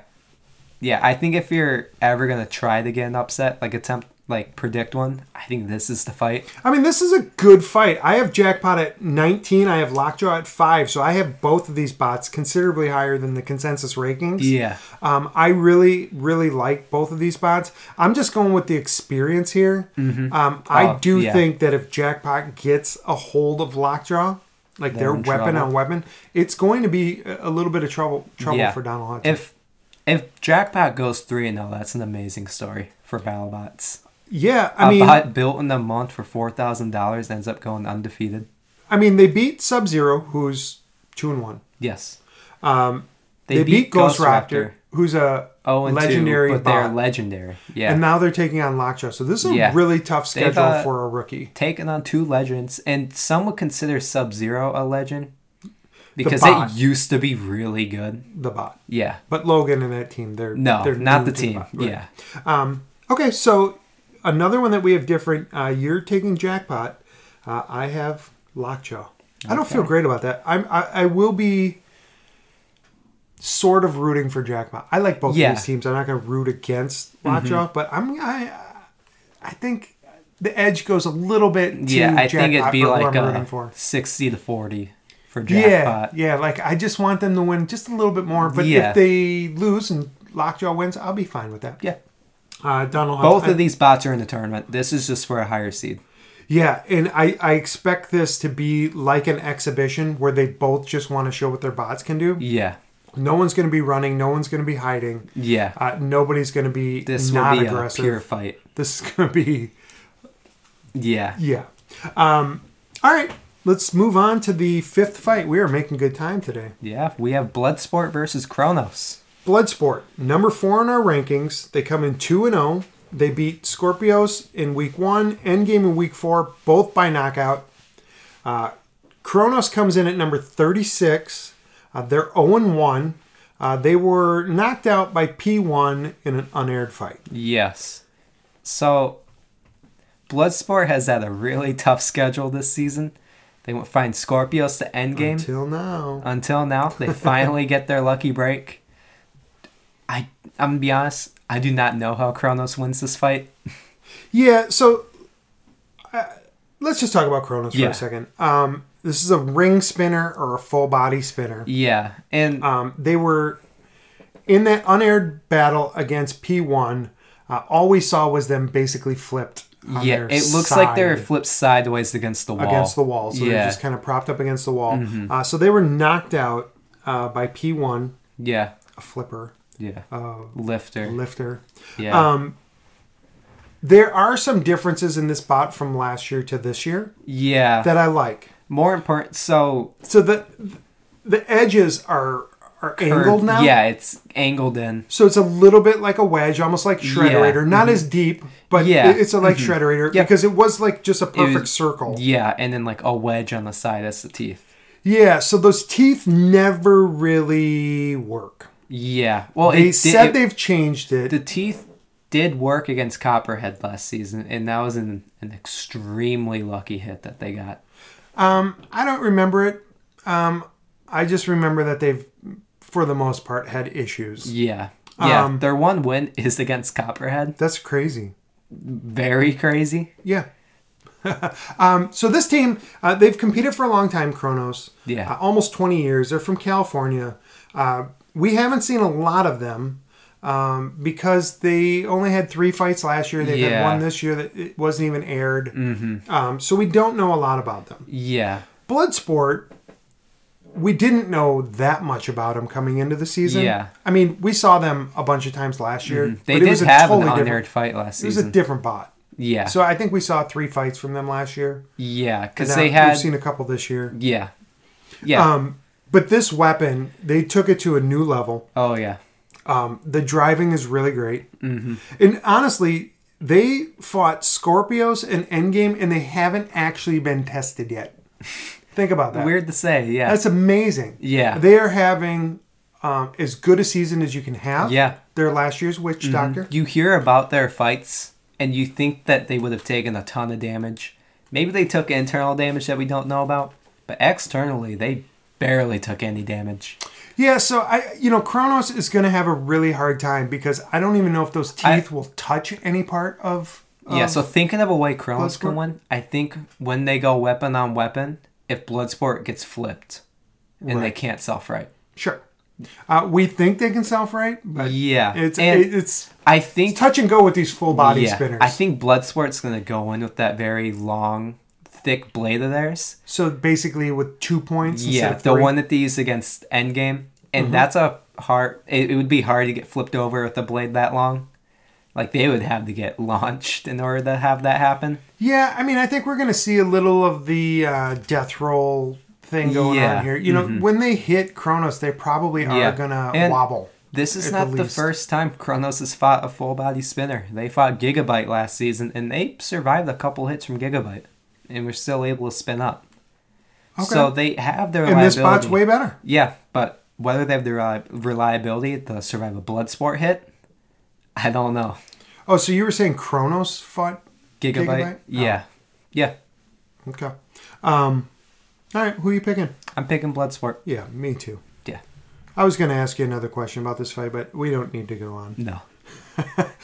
[SPEAKER 2] Yeah, I think if you're ever gonna try to get an upset, like attempt, like predict one, I think this is the fight.
[SPEAKER 1] I mean, this is a good fight. I have Jackpot at 19. I have Lockjaw at five. So I have both of these bots considerably higher than the consensus rankings.
[SPEAKER 2] Yeah.
[SPEAKER 1] Um, I really, really like both of these bots. I'm just going with the experience here. Um, I
[SPEAKER 2] Oh,
[SPEAKER 1] do
[SPEAKER 2] yeah.
[SPEAKER 1] think that if Jackpot gets a hold of Lockjaw, like
[SPEAKER 2] They're
[SPEAKER 1] their
[SPEAKER 2] in
[SPEAKER 1] weapon
[SPEAKER 2] trouble.
[SPEAKER 1] on weapon, it's going to be a a little bit of trouble trouble
[SPEAKER 2] yeah.
[SPEAKER 1] for Donald Hudson.
[SPEAKER 2] If if Jackpot goes three and zero, that's an amazing story for BattleBots.
[SPEAKER 1] yeah,
[SPEAKER 2] A
[SPEAKER 1] I mean,
[SPEAKER 2] bot built in a month for four thousand dollars ends up going undefeated.
[SPEAKER 1] I mean, they beat Sub Zero, who's two and one.
[SPEAKER 2] Yes.
[SPEAKER 1] Um,
[SPEAKER 2] They, beat, Ghost Raptor.
[SPEAKER 1] who's a
[SPEAKER 2] Oh, and
[SPEAKER 1] legendary
[SPEAKER 2] legendary, but
[SPEAKER 1] bot.
[SPEAKER 2] they're legendary. Yeah.
[SPEAKER 1] and now they're taking on Lockjaw. So this is a
[SPEAKER 2] Yeah.
[SPEAKER 1] really tough
[SPEAKER 2] They've,
[SPEAKER 1] schedule
[SPEAKER 2] uh,
[SPEAKER 1] for a rookie.
[SPEAKER 2] Taking on two legends, and some would consider Sub Zero a legend because
[SPEAKER 1] bot.
[SPEAKER 2] it used to be really good.
[SPEAKER 1] The bot.
[SPEAKER 2] Yeah.
[SPEAKER 1] But Logan and that team, they're
[SPEAKER 2] No,
[SPEAKER 1] they're
[SPEAKER 2] not
[SPEAKER 1] new
[SPEAKER 2] the
[SPEAKER 1] to
[SPEAKER 2] team.
[SPEAKER 1] bot. Right.
[SPEAKER 2] Yeah.
[SPEAKER 1] Um, okay, so another one that we have different. Uh, you're taking jackpot. Uh, I have lockjaw. I don't feel great about that. I'm, I I will be sort of rooting for Jack Ma. I like both
[SPEAKER 2] Yeah. Mm-hmm.
[SPEAKER 1] of these teams. I'm not going to root against lockjaw, but I'm I I think the edge goes a little bit. To
[SPEAKER 2] Yeah, I
[SPEAKER 1] Jack
[SPEAKER 2] think it'd
[SPEAKER 1] Ma
[SPEAKER 2] be
[SPEAKER 1] for who
[SPEAKER 2] like
[SPEAKER 1] I'm
[SPEAKER 2] uh
[SPEAKER 1] rooting for.
[SPEAKER 2] 60 to 40 for
[SPEAKER 1] Yeah,
[SPEAKER 2] jackpot.
[SPEAKER 1] yeah. Like I just want them to win just a little bit more. But
[SPEAKER 2] Yeah.
[SPEAKER 1] if they lose and Lockjaw wins, I'll be fine with that.
[SPEAKER 2] Yeah.
[SPEAKER 1] Uh, Donald. Hunt-
[SPEAKER 2] Both
[SPEAKER 1] I-
[SPEAKER 2] of these bots are in the tournament. This is just for a higher seed.
[SPEAKER 1] Yeah, and I I expect this to be like an exhibition where they both just want to show what their bots can do.
[SPEAKER 2] Yeah.
[SPEAKER 1] No one's going to be running. No one's going to be hiding.
[SPEAKER 2] Yeah.
[SPEAKER 1] Uh, nobody's going to be
[SPEAKER 2] this
[SPEAKER 1] not
[SPEAKER 2] will be
[SPEAKER 1] aggressive.
[SPEAKER 2] a pure fight.
[SPEAKER 1] This is going to be
[SPEAKER 2] Yeah.
[SPEAKER 1] yeah. Um, all right, let's move on to the fifth fight. We are making good time today.
[SPEAKER 2] Yeah. We have Bloodsport versus Kronos.
[SPEAKER 1] Bloodsport, number four in our rankings. They come in 2 and 0. They beat Scorpios in week one, Endgame in week four, both by knockout. Uh, Kronos comes in at number 36. Uh, they're 0 and 1. Uh, they were knocked out by P1 in an unaired fight.
[SPEAKER 2] Yes. So, Bloodsport has had a really tough schedule this season. They won't find Scorpios to endgame. Until,
[SPEAKER 1] Till now.
[SPEAKER 2] Until now, they finally get their lucky break. I, I'm gonna be honest. I do not know how Kronos wins this fight.
[SPEAKER 1] Yeah, so uh, let's just talk about Kronos for
[SPEAKER 2] Yeah.
[SPEAKER 1] a second. Um, this is a ring spinner or a full body spinner.
[SPEAKER 2] Yeah, and
[SPEAKER 1] Um, they were in that unaired battle against P1. Uh, all we saw was them basically flipped. On
[SPEAKER 2] yeah,
[SPEAKER 1] their
[SPEAKER 2] it looks like they're
[SPEAKER 1] side
[SPEAKER 2] flipped sideways against the wall.
[SPEAKER 1] against the wall, so they're
[SPEAKER 2] yeah, Mm-hmm.
[SPEAKER 1] just kind of propped up against the wall. Uh, so they were knocked out uh, by P1,
[SPEAKER 2] yeah,
[SPEAKER 1] a flipper,
[SPEAKER 2] yeah. Lifter.
[SPEAKER 1] lifter.
[SPEAKER 2] yeah,
[SPEAKER 1] Oh. Um, there are some differences in this bot from last year to this year
[SPEAKER 2] yeah.
[SPEAKER 1] that I like.
[SPEAKER 2] More important. So
[SPEAKER 1] So the the edges are are angled now.
[SPEAKER 2] Yeah, it's angled in.
[SPEAKER 1] So it's a little bit like a wedge, almost like Shredderator.
[SPEAKER 2] Yeah. Mm-hmm.
[SPEAKER 1] Not as deep, but
[SPEAKER 2] Yeah.
[SPEAKER 1] it- it's a like Shredderator
[SPEAKER 2] Yep.
[SPEAKER 1] because it was like just a perfect
[SPEAKER 2] was-
[SPEAKER 1] circle.
[SPEAKER 2] Yeah, and then like a wedge on the side. That's the teeth.
[SPEAKER 1] Yeah, so those teeth never really work.
[SPEAKER 2] Yeah. Well,
[SPEAKER 1] They
[SPEAKER 2] it did-
[SPEAKER 1] said
[SPEAKER 2] it-
[SPEAKER 1] they've changed it.
[SPEAKER 2] the teeth did work against Copperhead last season, and that was an, an extremely lucky hit that they got.
[SPEAKER 1] I don't remember it. Um, I just remember that they've, for the most part, had issues.
[SPEAKER 2] Yeah. Yeah.
[SPEAKER 1] Um,
[SPEAKER 2] their one win is against Copperhead.
[SPEAKER 1] That's crazy.
[SPEAKER 2] Very crazy.
[SPEAKER 1] Yeah. um, so this team, uh, they've competed for a long time, Kronos.
[SPEAKER 2] Yeah.
[SPEAKER 1] Uh, almost 20 years. They're from California. Uh, we haven't seen a lot of them um, because they only had three fights last year. They've had
[SPEAKER 2] Yeah.
[SPEAKER 1] one this year that it wasn't even aired. Mm-hmm. Um, so we don't know a lot about them.
[SPEAKER 2] Yeah.
[SPEAKER 1] Bloodsport, we didn't know that much about them coming into the season.
[SPEAKER 2] Yeah. Mm-hmm.
[SPEAKER 1] I mean, we saw them a bunch of times last year.
[SPEAKER 2] They
[SPEAKER 1] but it
[SPEAKER 2] did
[SPEAKER 1] was a
[SPEAKER 2] have
[SPEAKER 1] totally
[SPEAKER 2] an
[SPEAKER 1] different-
[SPEAKER 2] unaired fight last
[SPEAKER 1] It was a
[SPEAKER 2] season.
[SPEAKER 1] different bot.
[SPEAKER 2] yeah.
[SPEAKER 1] So I think we saw three fights from them last year.
[SPEAKER 2] yeah, because
[SPEAKER 1] Now,
[SPEAKER 2] they had.
[SPEAKER 1] we've seen a couple this year.
[SPEAKER 2] yeah. Yeah.
[SPEAKER 1] Um, but this weapon, they took it to a new level.
[SPEAKER 2] oh, yeah.
[SPEAKER 1] Um, the driving is really great, mm-hmm. and honestly, they fought Scorpios in Endgame, and they haven't actually been tested yet. Think about that.
[SPEAKER 2] Weird to say. Yeah.
[SPEAKER 1] That's amazing.
[SPEAKER 2] Yeah.
[SPEAKER 1] they are having um, as good a season as you can have.
[SPEAKER 2] Yeah. Mm-hmm.
[SPEAKER 1] their last year's Witch Doctor.
[SPEAKER 2] you hear about their fights and you think that they would have taken a ton of damage. Maybe they took internal damage that we don't know about, but externally they barely took any damage.
[SPEAKER 1] Yeah, so I, you know, Kronos is going to have a really hard time because I don't even know if those teeth
[SPEAKER 2] I-
[SPEAKER 1] will touch any part of.
[SPEAKER 2] yeah,
[SPEAKER 1] of-
[SPEAKER 2] so thinking of a way Kronos
[SPEAKER 1] Um, Bloodsport?
[SPEAKER 2] can win, I think when they go weapon on weapon, if Bloodsport gets flipped and they
[SPEAKER 1] Right.
[SPEAKER 2] can't self right.
[SPEAKER 1] sure, uh, we think they can self right, but
[SPEAKER 2] Yeah.
[SPEAKER 1] it's
[SPEAKER 2] and
[SPEAKER 1] it, it's
[SPEAKER 2] I think
[SPEAKER 1] touch and go with these full body
[SPEAKER 2] yeah,
[SPEAKER 1] spinners.
[SPEAKER 2] I think Bloodsport's gonna go in with that very long, thick blade of theirs.
[SPEAKER 1] so basically, with two points. instead
[SPEAKER 2] Yeah,
[SPEAKER 1] of
[SPEAKER 2] the
[SPEAKER 1] three. Mm-hmm.
[SPEAKER 2] one that they used against Endgame, and that's a hard. It, it would be hard to get flipped over with a blade that long. Like they would have to get launched in order to have that happen.
[SPEAKER 1] Yeah, I mean, I think we're going to see a little of the uh, death roll thing going
[SPEAKER 2] Yeah, mm-hmm.
[SPEAKER 1] on here. You know, when they hit Kronos, they probably are
[SPEAKER 2] Yeah,
[SPEAKER 1] going to
[SPEAKER 2] and-
[SPEAKER 1] wobble.
[SPEAKER 2] This is
[SPEAKER 1] At the
[SPEAKER 2] not the,
[SPEAKER 1] least.
[SPEAKER 2] first time Kronos has fought a full body spinner. They fought Gigabyte last season, and they survived a couple hits from Gigabyte, and were still able to spin up. So they have their
[SPEAKER 1] And this bot's
[SPEAKER 2] liability.
[SPEAKER 1] way better.
[SPEAKER 2] Yeah, but whether they have the reli- reliability to survive a blood sport hit, I don't know.
[SPEAKER 1] Oh, so you were saying Kronos fought
[SPEAKER 2] Gigabyte.
[SPEAKER 1] Gigabyte?
[SPEAKER 2] Yeah. Yeah.
[SPEAKER 1] Okay. Um, all right. Who are you picking?
[SPEAKER 2] I'm picking Bloodsport.
[SPEAKER 1] Yeah, me too.
[SPEAKER 2] Yeah.
[SPEAKER 1] I was going to ask you another question about this fight, but we don't need to go on.
[SPEAKER 2] No.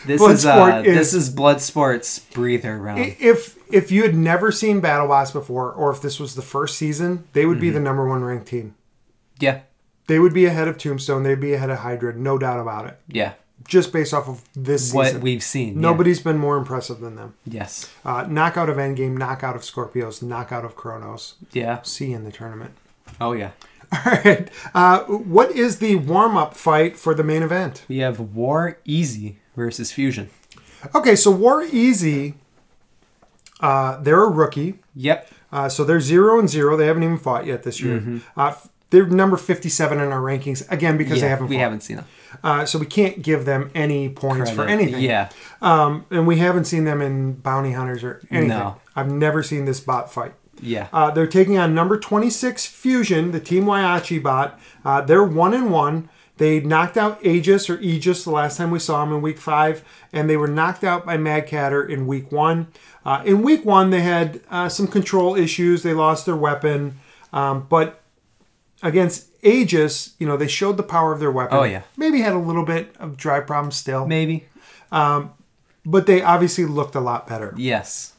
[SPEAKER 2] This is uh,
[SPEAKER 1] Bloodsport is-
[SPEAKER 2] this is Bloodsport's breather round.
[SPEAKER 1] I- If if you had never seen Battle Bots before, or if this was the first season, they would
[SPEAKER 2] Mm-hmm.
[SPEAKER 1] be the number one ranked team.
[SPEAKER 2] yeah.
[SPEAKER 1] They would be ahead of Tombstone. They'd be ahead of Hydra, no doubt about it.
[SPEAKER 2] Yeah.
[SPEAKER 1] Just based off of this
[SPEAKER 2] What
[SPEAKER 1] season,
[SPEAKER 2] we've seen. yeah.
[SPEAKER 1] nobody's been more impressive than them.
[SPEAKER 2] Yes.
[SPEAKER 1] Uh, knockout of Endgame, knockout of Scorpios, knockout of Kronos.
[SPEAKER 2] Yeah.
[SPEAKER 1] See you in the tournament.
[SPEAKER 2] Oh yeah.
[SPEAKER 1] All right. Uh, what is the warm up fight for the main event?
[SPEAKER 2] We have War Easy versus Fusion.
[SPEAKER 1] Okay, so War Easy, uh, they're a rookie.
[SPEAKER 2] Yep.
[SPEAKER 1] Uh, so they're zero and zero. They haven't even fought yet this year.
[SPEAKER 2] Mm-hmm.
[SPEAKER 1] Uh, f- they're number fifty-seven in our rankings again because
[SPEAKER 2] yeah,
[SPEAKER 1] they haven't.
[SPEAKER 2] we
[SPEAKER 1] fought.
[SPEAKER 2] haven't seen them.
[SPEAKER 1] Uh, so we can't give them any points for anything.
[SPEAKER 2] Yeah.
[SPEAKER 1] Um, and we haven't seen them in bounty hunters or anything.
[SPEAKER 2] No.
[SPEAKER 1] I've never seen this bot fight.
[SPEAKER 2] Yeah.
[SPEAKER 1] Uh, they're taking on number 26 Fusion, the Team Waiachi bot. Uh, they're one and one. They knocked out Aegis or Aegis the last time we saw them in week five, and they were knocked out by Mad Catter in week one. Uh, in week one, they had uh, some control issues. They lost their weapon, um, but against Aegis, you know, they showed the power of their weapon.
[SPEAKER 2] Oh, yeah.
[SPEAKER 1] Maybe had a little bit of dry problems still,
[SPEAKER 2] Maybe.
[SPEAKER 1] but they obviously looked a lot better.
[SPEAKER 2] Yes.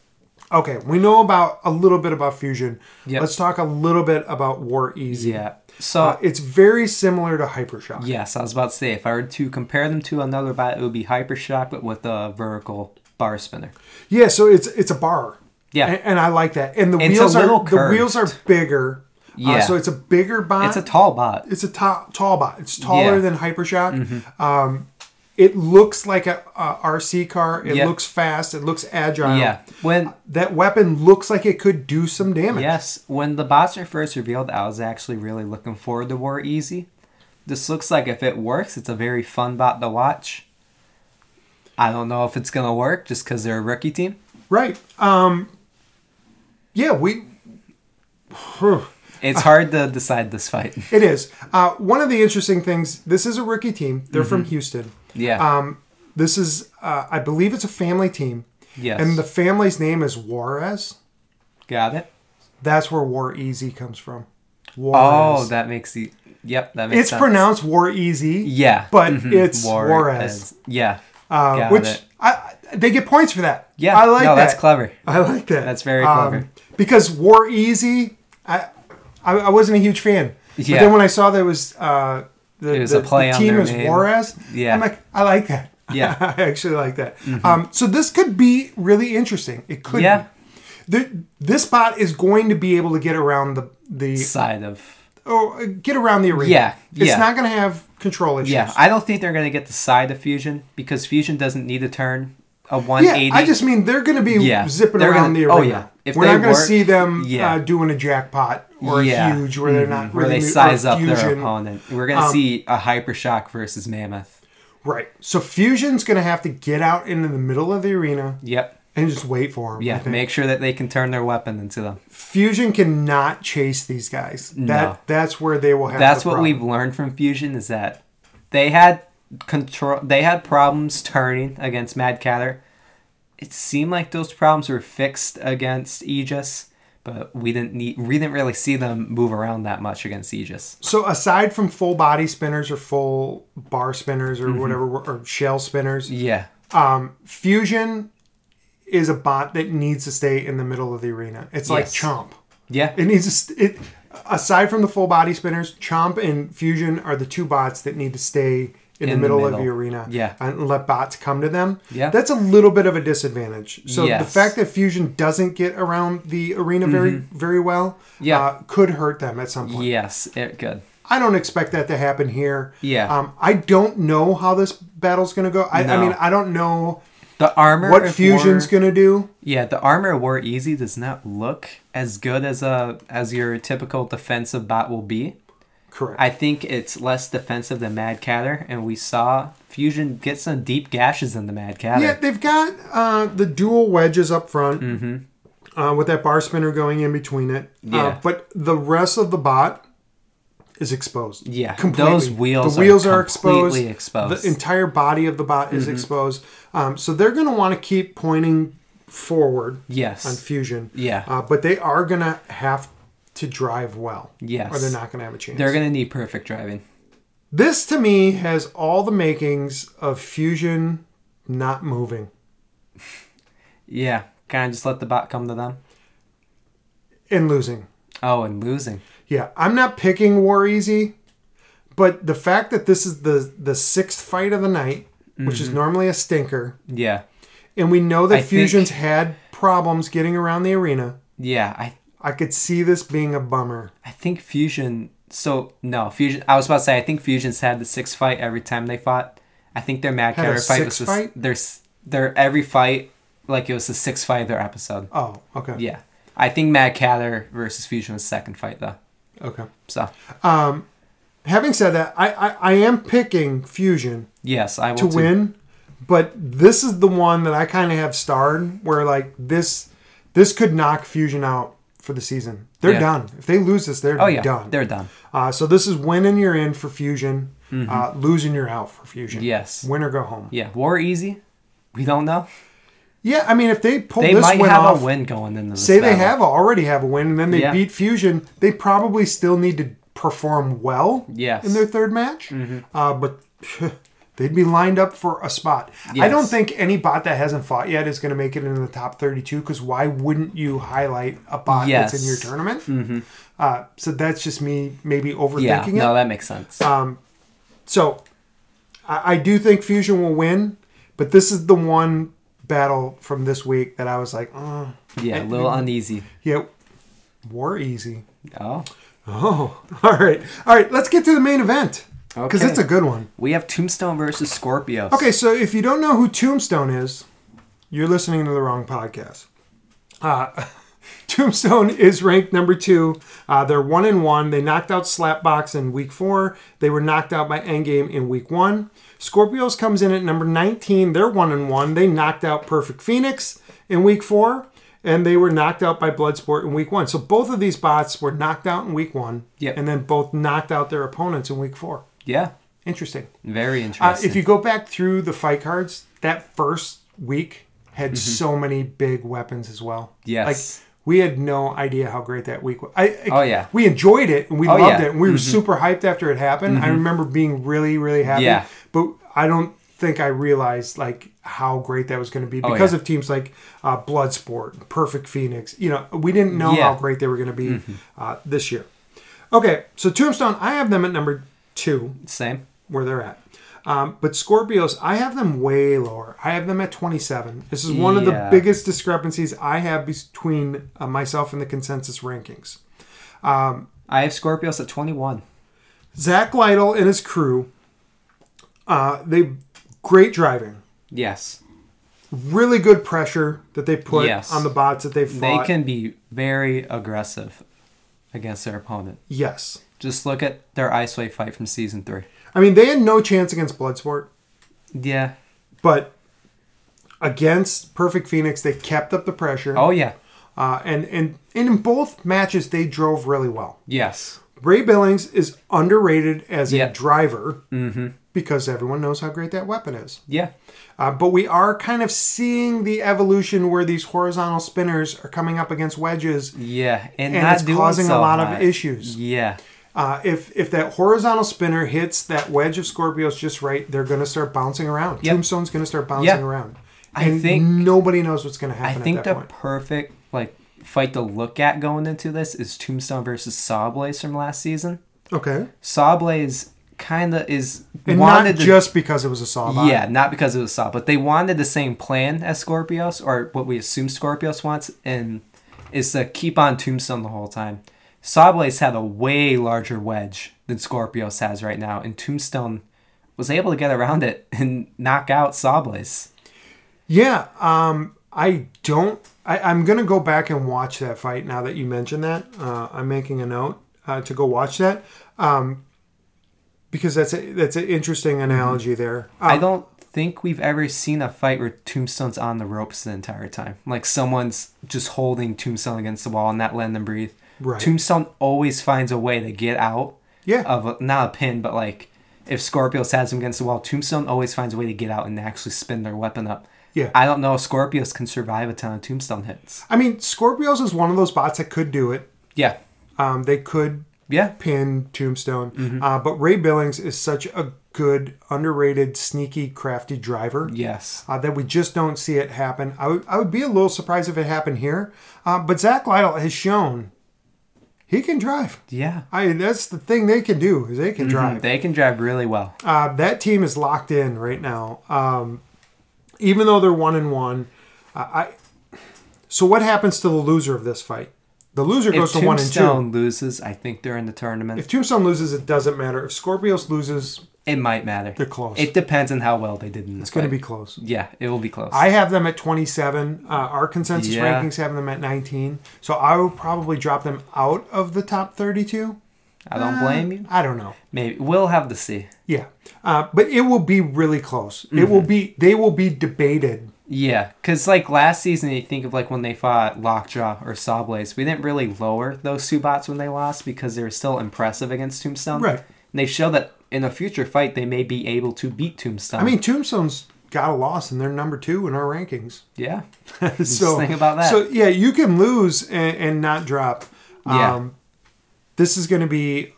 [SPEAKER 1] Okay, we know about a little bit about fusion.
[SPEAKER 2] Yep.
[SPEAKER 1] Let's talk a little bit about War Easy.
[SPEAKER 2] Yeah. So
[SPEAKER 1] Uh, it's very similar to Hypershock.
[SPEAKER 2] yes, I was about to say if I were to compare them to another bot, it would be Hypershock, but with a vertical bar spinner.
[SPEAKER 1] Yeah, so it's it's a bar.
[SPEAKER 2] Yeah.
[SPEAKER 1] and, and I like that. And the
[SPEAKER 2] It's a
[SPEAKER 1] wheels
[SPEAKER 2] little
[SPEAKER 1] are the
[SPEAKER 2] curved.
[SPEAKER 1] wheels are bigger. uh,
[SPEAKER 2] Yeah.
[SPEAKER 1] so it's a bigger bot.
[SPEAKER 2] It's a tall bot.
[SPEAKER 1] it's a ta- tall bot. It's taller
[SPEAKER 2] Yeah. Mm-hmm.
[SPEAKER 1] than Hypershock. Um, it looks like a, a RC car. It
[SPEAKER 2] Yep.
[SPEAKER 1] looks fast. It looks agile.
[SPEAKER 2] Yeah. When
[SPEAKER 1] That weapon looks like it could do some damage.
[SPEAKER 2] yes, when the bots are first revealed, I was actually really looking forward to War Easy. This looks like if it works, it's a very fun bot to watch. I don't know if it's gonna work just because they're a rookie team.
[SPEAKER 1] Right. Um, yeah, we.
[SPEAKER 2] It's hard to decide this fight.
[SPEAKER 1] It is. Uh, one of the interesting things this is a rookie team. They're from
[SPEAKER 2] Mm-hmm.
[SPEAKER 1] Houston.
[SPEAKER 2] Yeah.
[SPEAKER 1] Um, this is, uh, I believe it's a family team.
[SPEAKER 2] yes.
[SPEAKER 1] And the family's name is Juarez.
[SPEAKER 2] Got it.
[SPEAKER 1] That's where War Easy comes from.
[SPEAKER 2] Oh,
[SPEAKER 1] Juarez.
[SPEAKER 2] that makes the yep. That makes
[SPEAKER 1] it's
[SPEAKER 2] sense.
[SPEAKER 1] pronounced War E Easy.
[SPEAKER 2] Yeah,
[SPEAKER 1] but it's Juarez.
[SPEAKER 2] Juarez. Yeah,
[SPEAKER 1] uh,
[SPEAKER 2] Got
[SPEAKER 1] which
[SPEAKER 2] it.
[SPEAKER 1] I, I- they get points for that.
[SPEAKER 2] yeah.
[SPEAKER 1] I like
[SPEAKER 2] no,
[SPEAKER 1] that.
[SPEAKER 2] That's clever.
[SPEAKER 1] I like that.
[SPEAKER 2] That's very
[SPEAKER 1] Um,
[SPEAKER 2] clever.
[SPEAKER 1] because War Easy, I, I I wasn't a huge fan. But
[SPEAKER 2] Yeah.
[SPEAKER 1] then when I saw there was uh, the,
[SPEAKER 2] was
[SPEAKER 1] the,
[SPEAKER 2] a play
[SPEAKER 1] the
[SPEAKER 2] on
[SPEAKER 1] team
[SPEAKER 2] their
[SPEAKER 1] is
[SPEAKER 2] name.
[SPEAKER 1] Juarez,
[SPEAKER 2] Yeah.
[SPEAKER 1] I'm like, I like that.
[SPEAKER 2] Yeah. Mm-hmm.
[SPEAKER 1] I actually like that. Um, so this could be really interesting. It could.
[SPEAKER 2] Yeah.
[SPEAKER 1] Be. The, this bot is going to be able to get around the the
[SPEAKER 2] Side of
[SPEAKER 1] oh, get around the arena.
[SPEAKER 2] Yeah,
[SPEAKER 1] It's
[SPEAKER 2] yeah.
[SPEAKER 1] not going to have control issues.
[SPEAKER 2] yeah. I don't think they're gonna get the side of fusion because fusion doesn't need to turn a one
[SPEAKER 1] Yeah,
[SPEAKER 2] eighty.
[SPEAKER 1] I just mean they're going to be
[SPEAKER 2] Yeah.
[SPEAKER 1] zipping
[SPEAKER 2] They're
[SPEAKER 1] around
[SPEAKER 2] gonna-
[SPEAKER 1] the arena.
[SPEAKER 2] oh, yeah. If
[SPEAKER 1] We're
[SPEAKER 2] they
[SPEAKER 1] not going to
[SPEAKER 2] work-
[SPEAKER 1] see them
[SPEAKER 2] yeah.
[SPEAKER 1] uh, doing a jackpot or
[SPEAKER 2] Yeah. Mm-hmm.
[SPEAKER 1] a huge where they're not
[SPEAKER 2] where
[SPEAKER 1] really
[SPEAKER 2] they
[SPEAKER 1] mo- or
[SPEAKER 2] size up their
[SPEAKER 1] fusion. um,
[SPEAKER 2] opponent. We're gonna see a hypershock versus mammoth.
[SPEAKER 1] Right. So Fusion's going to have to get out into the middle of the arena
[SPEAKER 2] Yep.
[SPEAKER 1] and just wait for them.
[SPEAKER 2] Yeah. Make sure that they can turn their weapon into them.
[SPEAKER 1] Fusion cannot chase these guys.
[SPEAKER 2] No.
[SPEAKER 1] That that's where they will have.
[SPEAKER 2] That's
[SPEAKER 1] the
[SPEAKER 2] what
[SPEAKER 1] problem.
[SPEAKER 2] we've learned from Fusion is that they had control. They had problems turning against Mad Catter. It seemed like those problems were fixed against Aegis, but we didn't need. We didn't really see them move around that much against Aegis.
[SPEAKER 1] So aside from full body spinners or full bar spinners or
[SPEAKER 2] Mm-hmm.
[SPEAKER 1] whatever or shell spinners,
[SPEAKER 2] Yeah,
[SPEAKER 1] um, Fusion is a bot that needs to stay in the middle of the arena. It's like
[SPEAKER 2] Yes.
[SPEAKER 1] Chomp.
[SPEAKER 2] yeah,
[SPEAKER 1] It needs to. St- it aside from the full body spinners, Chomp and Fusion are the two bots that need to stay in, the
[SPEAKER 2] In the
[SPEAKER 1] middle, of
[SPEAKER 2] middle.
[SPEAKER 1] the arena.
[SPEAKER 2] Yeah.
[SPEAKER 1] and let bots come to them.
[SPEAKER 2] Yeah.
[SPEAKER 1] that's a little bit of a disadvantage. So the
[SPEAKER 2] Yes.
[SPEAKER 1] fact that Fusion doesn't get around the arena very very well,
[SPEAKER 2] Mm-hmm. Yeah.
[SPEAKER 1] uh, could hurt them at some point.
[SPEAKER 2] yes, it good.
[SPEAKER 1] I don't expect that to happen here.
[SPEAKER 2] Yeah.
[SPEAKER 1] um, I don't know how this battle's gonna go. I, I
[SPEAKER 2] No.
[SPEAKER 1] mean, I don't know
[SPEAKER 2] The armor.
[SPEAKER 1] what
[SPEAKER 2] of
[SPEAKER 1] Fusion's
[SPEAKER 2] War-
[SPEAKER 1] gonna do.
[SPEAKER 2] Yeah, the armor of War Easy does not look as good as a as your typical defensive bot will be.
[SPEAKER 1] Correct.
[SPEAKER 2] I think it's less defensive than Mad Catter, and we saw Fusion get some deep gashes in the Mad Catter.
[SPEAKER 1] Yeah, they've got uh, the dual wedges up front uh, with that bar spinner going in between it. Uh,
[SPEAKER 2] Mm-hmm. Yeah.
[SPEAKER 1] but the rest of the bot is exposed.
[SPEAKER 2] Yeah,
[SPEAKER 1] completely.
[SPEAKER 2] those wheels
[SPEAKER 1] the
[SPEAKER 2] are
[SPEAKER 1] wheels are, exposed.
[SPEAKER 2] completely exposed. Mm-hmm.
[SPEAKER 1] The entire body of the bot is exposed. Um, so they're going to want to keep pointing forward
[SPEAKER 2] Yes.
[SPEAKER 1] on Fusion.
[SPEAKER 2] Yeah.
[SPEAKER 1] Uh, but they are going to have to drive well.
[SPEAKER 2] Yes.
[SPEAKER 1] Or they're not going to have a chance.
[SPEAKER 2] They're going to need perfect driving.
[SPEAKER 1] This to me has all the makings of Fusion not moving.
[SPEAKER 2] Yeah. Kind of just let the bot come to them.
[SPEAKER 1] and losing.
[SPEAKER 2] Oh, and losing.
[SPEAKER 1] Yeah, I'm not picking War Easy, but the fact that this is the the sixth fight of the night, which is normally a stinker,
[SPEAKER 2] Yeah.
[SPEAKER 1] and we know that
[SPEAKER 2] Mm-hmm. I think-
[SPEAKER 1] Fusion's had problems getting around the arena,
[SPEAKER 2] Yeah. I
[SPEAKER 1] I could see this being a bummer.
[SPEAKER 2] I think Fusion. So no, Fusion. I was about to say I think Fusion's had the six fight every time they fought. I think their Mad
[SPEAKER 1] Had a
[SPEAKER 2] Carrier fight
[SPEAKER 1] six
[SPEAKER 2] was this,
[SPEAKER 1] fight?
[SPEAKER 2] their s- their every fight like it was the sixth fight of their episode.
[SPEAKER 1] Oh, okay.
[SPEAKER 2] Yeah, I think Mad Cather versus Fusion was second fight though.
[SPEAKER 1] Okay.
[SPEAKER 2] So
[SPEAKER 1] Having said that, I, I, I am picking Fusion
[SPEAKER 2] yes, I will
[SPEAKER 1] to
[SPEAKER 2] too.
[SPEAKER 1] win, but this is the one that I kind of have starred where like this this could knock Fusion out for the season. They're
[SPEAKER 2] Yeah.
[SPEAKER 1] done. If they lose this, they're
[SPEAKER 2] Oh yeah,
[SPEAKER 1] done.
[SPEAKER 2] they're done.
[SPEAKER 1] Uh, so this is winning you're in for fusion, uh, losing you're out for fusion.
[SPEAKER 2] Mm-hmm. Yes.
[SPEAKER 1] win or go home.
[SPEAKER 2] Yeah, War Easy. We don't know.
[SPEAKER 1] Yeah, I mean if they pull
[SPEAKER 2] They
[SPEAKER 1] this
[SPEAKER 2] might
[SPEAKER 1] win
[SPEAKER 2] have
[SPEAKER 1] off,
[SPEAKER 2] a win going into this.
[SPEAKER 1] say they
[SPEAKER 2] battle.
[SPEAKER 1] have already have a win, and then they
[SPEAKER 2] Yeah.
[SPEAKER 1] beat fusion, they probably still need to perform well.
[SPEAKER 2] Yes. Mm-hmm.
[SPEAKER 1] in their third match, uh, but. They'd be lined up for a spot. I don't
[SPEAKER 2] Yes.
[SPEAKER 1] think any bot that hasn't fought yet is going to make it into the top 32 because why wouldn't you highlight a bot that's in
[SPEAKER 2] Yes.
[SPEAKER 1] your tournament? Mm-hmm. Uh, so that's just me maybe overthinking
[SPEAKER 2] Yeah,
[SPEAKER 1] it. Uh,
[SPEAKER 2] no, that makes sense.
[SPEAKER 1] So I, I do think Fusion will win, but this is the one battle from this week that I was like, oh,
[SPEAKER 2] yeah, a little uneasy.
[SPEAKER 1] yeah, war easy.
[SPEAKER 2] Oh,
[SPEAKER 1] Oh, all right. All right, let's get to the main event because
[SPEAKER 2] Okay.
[SPEAKER 1] it's a good one.
[SPEAKER 2] we have Tombstone versus Scorpios.
[SPEAKER 1] Okay, so if you don't know who Tombstone is, you're listening to the wrong podcast. Uh, Tombstone is ranked number two. Uh, they're one and one. They knocked out Slapbox in week four. They were knocked out by Endgame in week one. Scorpios comes in at number 19. They're one and one. They knocked out Perfect Phoenix in week four, and they were knocked out by Bloodsport in week one. So both of these bots were knocked out in week one,
[SPEAKER 2] Yep.
[SPEAKER 1] and then both knocked out their opponents in week four.
[SPEAKER 2] Yeah,
[SPEAKER 1] Interesting.
[SPEAKER 2] very
[SPEAKER 1] Uh,
[SPEAKER 2] interesting.
[SPEAKER 1] if you go back through the fight cards, that first week had so many big weapons as well.
[SPEAKER 2] Mm-hmm. Yes.
[SPEAKER 1] Like, we had no idea how great that week was. I, I-
[SPEAKER 2] Oh, yeah.
[SPEAKER 1] We enjoyed it and we
[SPEAKER 2] Oh,
[SPEAKER 1] loved
[SPEAKER 2] yeah. Mm-hmm.
[SPEAKER 1] it. And we were super hyped after it happened. I remember being really, really happy.
[SPEAKER 2] Yeah.
[SPEAKER 1] But I don't think I realized, like, how great that was going to be because
[SPEAKER 2] Oh, yeah.
[SPEAKER 1] of teams like uh, Bloodsport, Perfect Phoenix. You know, we didn't know
[SPEAKER 2] Yeah. Mm-hmm.
[SPEAKER 1] how great they were going to be uh, this year. Okay, so Tombstone, I have them at number two
[SPEAKER 2] Same.
[SPEAKER 1] where they're at. Um, but Scorpios, I have them way lower. I have them at 27. This is one of the
[SPEAKER 2] Yeah.
[SPEAKER 1] biggest discrepancies I have between uh, myself and the consensus rankings.
[SPEAKER 2] I have Scorpios at 21.
[SPEAKER 1] Zach Lytle and his crew, uh, they great driving,
[SPEAKER 2] Yes.
[SPEAKER 1] really good pressure that they put
[SPEAKER 2] Yes.
[SPEAKER 1] on the bots that they
[SPEAKER 2] They
[SPEAKER 1] fought.
[SPEAKER 2] can be very aggressive against their opponent.
[SPEAKER 1] yes,
[SPEAKER 2] Just look at their Ice Wave fight from season three.
[SPEAKER 1] I mean they had no chance against Bloodsport,
[SPEAKER 2] Yeah.
[SPEAKER 1] but against Perfect Phoenix they kept up the pressure,
[SPEAKER 2] Oh, yeah.
[SPEAKER 1] uh, and and and in both matches they drove really well.
[SPEAKER 2] Yes.
[SPEAKER 1] Ray Billings is underrated as
[SPEAKER 2] Yeah. Mm-hmm.
[SPEAKER 1] a driver because everyone knows how great that weapon is.
[SPEAKER 2] Yeah.
[SPEAKER 1] Uh, but we are kind of seeing the evolution where these horizontal spinners are coming up against wedges,
[SPEAKER 2] Yeah. And,
[SPEAKER 1] and
[SPEAKER 2] not
[SPEAKER 1] it's
[SPEAKER 2] doing
[SPEAKER 1] causing
[SPEAKER 2] so
[SPEAKER 1] a lot
[SPEAKER 2] hot.
[SPEAKER 1] of issues.
[SPEAKER 2] Yeah.
[SPEAKER 1] Uh, if if that horizontal spinner hits that wedge of Scorpios just right, they're going to start bouncing around.
[SPEAKER 2] Yep.
[SPEAKER 1] Tombstone's going to start bouncing
[SPEAKER 2] Yeah.
[SPEAKER 1] around.
[SPEAKER 2] I
[SPEAKER 1] And
[SPEAKER 2] think-
[SPEAKER 1] nobody knows what's going to
[SPEAKER 2] I
[SPEAKER 1] happen
[SPEAKER 2] think
[SPEAKER 1] at
[SPEAKER 2] the
[SPEAKER 1] that point.
[SPEAKER 2] perfect, like, fight to look at going into this is Tombstone versus Sawblaze from last season.
[SPEAKER 1] Okay,
[SPEAKER 2] Sawblaze kind of is
[SPEAKER 1] and
[SPEAKER 2] wanted
[SPEAKER 1] not
[SPEAKER 2] to
[SPEAKER 1] just because it was a saw. bot.
[SPEAKER 2] Yeah, not because it was Saw, but they wanted the same plan as Scorpios, or what we assume Scorpios wants, and is to keep on Tombstone the whole time. Sawblaze had a way larger wedge than Scorpios has right now, and Tombstone was able to get around it and knock out Sawblaze.
[SPEAKER 1] Yeah, um, I don't. I, I'm gonna go back and watch that fight now that you mentioned that. Uh, I'm making a note uh, to go watch that um, because that's a, that's an interesting analogy there.
[SPEAKER 2] I
[SPEAKER 1] Uh,
[SPEAKER 2] don't think we've ever seen a fight where Tombstone's on the ropes the entire time. Like someone's just holding Tombstone against the wall and not letting them breathe.
[SPEAKER 1] Right.
[SPEAKER 2] Tombstone always finds a way to get out.
[SPEAKER 1] Yeah.
[SPEAKER 2] Of a, not a pin, but like if Scorpios has him against the wall, Tombstone always finds a way to get out and actually spin their weapon up.
[SPEAKER 1] Yeah.
[SPEAKER 2] I don't know if Scorpius can survive a ton of tombstone hits.
[SPEAKER 1] I mean, Scorpios is one of those bots that could do it.
[SPEAKER 2] Yeah.
[SPEAKER 1] Um, they could
[SPEAKER 2] Yeah.
[SPEAKER 1] pin Tombstone, uh, but Ray Billings is such a good, underrated, sneaky, crafty driver.
[SPEAKER 2] Yes.
[SPEAKER 1] uh, that we just don't see it happen. I would, I would be a little surprised if it happened here, uh, but Zach Lytle has shown he can drive.
[SPEAKER 2] Yeah.
[SPEAKER 1] I mean, that's the thing they can do is they can
[SPEAKER 2] Mm-hmm.
[SPEAKER 1] drive.
[SPEAKER 2] They can drive really well.
[SPEAKER 1] Uh, that team is locked in right now, um, even though they're one and one. Uh, I so what happens to the loser of this fight? The loser
[SPEAKER 2] If
[SPEAKER 1] goes to one and two.
[SPEAKER 2] Tombstone loses, I think they're in the tournament.
[SPEAKER 1] If Tombstone loses, it doesn't matter. If Scorpios loses,
[SPEAKER 2] it might matter. They're
[SPEAKER 1] close.
[SPEAKER 2] It depends on how well they did in this.
[SPEAKER 1] it's going to be close.
[SPEAKER 2] Yeah, it will be close.
[SPEAKER 1] I have them at 27. Uh, our consensus
[SPEAKER 2] Yeah.
[SPEAKER 1] rankings have them at 19. So I will probably drop them out of the top 32.
[SPEAKER 2] I don't blame you.
[SPEAKER 1] I don't know.
[SPEAKER 2] Maybe we'll have to see.
[SPEAKER 1] Yeah. Uh, but it will be really close. It will be, they will be debated.
[SPEAKER 2] Yeah, because like last season, you think of like when they fought Lockjaw or Sawblaze, we didn't really lower those two bots when they lost because they were still impressive against Tombstone.
[SPEAKER 1] Right.
[SPEAKER 2] And they show that in a future fight they may be able to beat Tombstone.
[SPEAKER 1] I mean, Tombstone's got a loss and they're number two in our rankings.
[SPEAKER 2] yeah,
[SPEAKER 1] so
[SPEAKER 2] think about that.
[SPEAKER 1] So yeah, you can lose and, and not drop. Um,
[SPEAKER 2] Yeah.
[SPEAKER 1] this is going to be.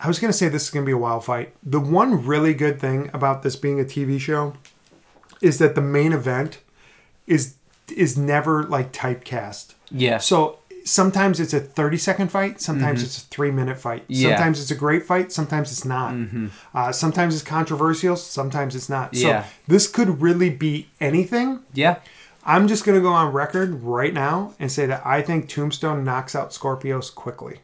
[SPEAKER 1] I was going to say this is going to be a wild fight. The one really good thing about this being a TV show is that the main event is is never like typecast.
[SPEAKER 2] yeah, Mm-hmm.
[SPEAKER 1] So sometimes it's a 30 second fight, sometimes it's a three minute fight.
[SPEAKER 2] Yeah. Mm-hmm.
[SPEAKER 1] Sometimes it's a great fight, sometimes it's not. Uh, sometimes it's controversial, sometimes it's not. So
[SPEAKER 2] Yeah.
[SPEAKER 1] this could really be anything.
[SPEAKER 2] yeah.
[SPEAKER 1] I'm just going to go on record right now and say that I think Tombstone knocks out Scorpios quickly.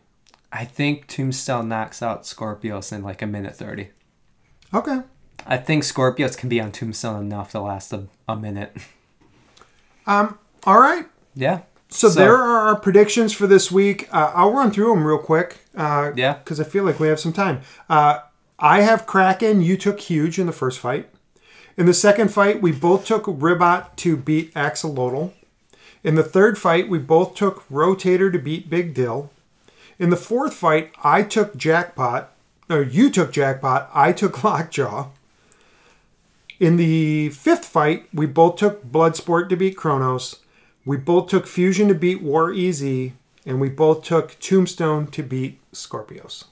[SPEAKER 2] I think Tombstone knocks out Scorpios in like a minute thirty.
[SPEAKER 1] Okay.
[SPEAKER 2] I think Scorpios can be on Tombstone enough to last a, a minute.
[SPEAKER 1] All right.
[SPEAKER 2] yeah.
[SPEAKER 1] So, there are our predictions for this week. Uh, I'll run through them real quick. Uh,
[SPEAKER 2] Yeah.
[SPEAKER 1] Because I feel like we have some time. Uh, I have Kraken. You took Huge in the first fight. In the second fight, we both took Ribot to beat Axolotl. In the third fight, we both took Rotator to beat Big Dill. In the fourth fight, I took Jackpot. No, you took Jackpot. I took Lockjaw. In the fifth fight, we both took Bloodsport to beat Kronos. We both took Fusion to beat War Easy. And we both took Tombstone to beat Scorpios.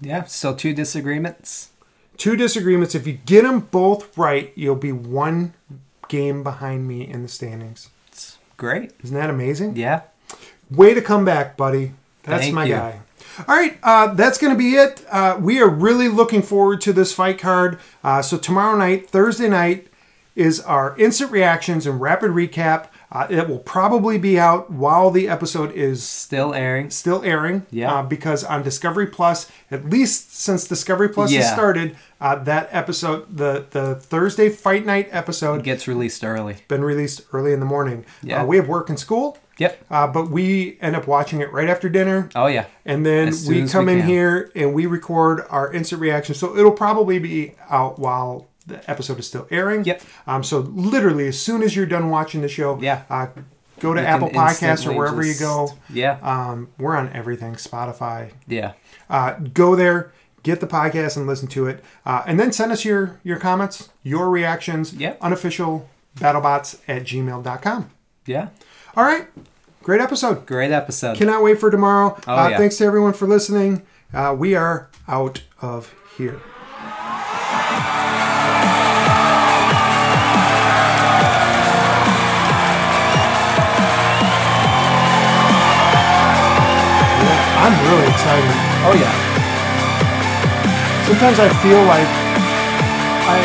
[SPEAKER 2] Yeah. So two disagreements.
[SPEAKER 1] Two disagreements. If you get them both right, you'll be one game behind me in the standings.
[SPEAKER 2] It's great.
[SPEAKER 1] Isn't that amazing?
[SPEAKER 2] Yeah.
[SPEAKER 1] Way to come back, buddy. That's
[SPEAKER 2] Thank
[SPEAKER 1] my
[SPEAKER 2] you.
[SPEAKER 1] guy. All right, uh, that's going to be it. Uh, we are really looking forward to this fight card. Uh, so tomorrow night, Thursday night, is our instant reactions and rapid recap. Uh, it will probably be out while the episode is
[SPEAKER 2] Still airing.
[SPEAKER 1] still airing.
[SPEAKER 2] Yeah.
[SPEAKER 1] Uh, because on Discovery Plus, at least since Discovery Plus has
[SPEAKER 2] Yeah.
[SPEAKER 1] started, uh, that episode, the the Thursday fight night episode,
[SPEAKER 2] Gets released early.
[SPEAKER 1] been released early in the morning.
[SPEAKER 2] Yeah.
[SPEAKER 1] Uh, we have work and school.
[SPEAKER 2] Yep.
[SPEAKER 1] Uh, but we end up watching it right after dinner.
[SPEAKER 2] Oh yeah.
[SPEAKER 1] And then
[SPEAKER 2] As soon
[SPEAKER 1] we
[SPEAKER 2] as
[SPEAKER 1] come
[SPEAKER 2] we
[SPEAKER 1] in
[SPEAKER 2] can.
[SPEAKER 1] here and we record our instant reaction. So it'll probably be out while the episode is still airing.
[SPEAKER 2] Yep.
[SPEAKER 1] Um, so literally, as soon as you're done watching the show,
[SPEAKER 2] Yeah.
[SPEAKER 1] uh, go to
[SPEAKER 2] You
[SPEAKER 1] Apple
[SPEAKER 2] can
[SPEAKER 1] Podcasts or
[SPEAKER 2] instantly
[SPEAKER 1] wherever
[SPEAKER 2] just-
[SPEAKER 1] you go.
[SPEAKER 2] Yeah.
[SPEAKER 1] Um, we're on everything Spotify.
[SPEAKER 2] yeah.
[SPEAKER 1] Uh, go there, get the podcast, and listen to it. Uh, and then send us your, your comments, your reactions,
[SPEAKER 2] Yep.
[SPEAKER 1] unofficial battlebots at gmail.com.
[SPEAKER 2] Yeah.
[SPEAKER 1] All right. Great episode.
[SPEAKER 2] Great episode.
[SPEAKER 1] Cannot wait for tomorrow. uh,
[SPEAKER 2] Oh, yeah.
[SPEAKER 1] Thanks to everyone for listening. Uh, we are out of here. Yeah, I'm really excited.
[SPEAKER 2] oh yeah.
[SPEAKER 1] Sometimes I feel like I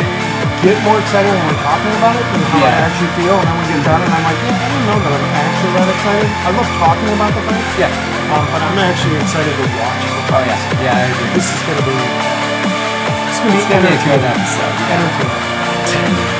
[SPEAKER 1] get more excited when we're talking about it than how I
[SPEAKER 2] Yeah.
[SPEAKER 1] actually feel, and then we get done, and I'm like, yeah, I don't know that I'm actually that excited. I love talking about the fights.
[SPEAKER 2] Yeah.
[SPEAKER 1] Um, but I'm actually excited to watch. the
[SPEAKER 2] Oh
[SPEAKER 1] fights.
[SPEAKER 2] yeah. Yeah. I agree.
[SPEAKER 1] This is gonna be. It's gonna be
[SPEAKER 2] It's gonna be a good
[SPEAKER 1] entertaining.
[SPEAKER 2] episode.
[SPEAKER 1] Entertaining.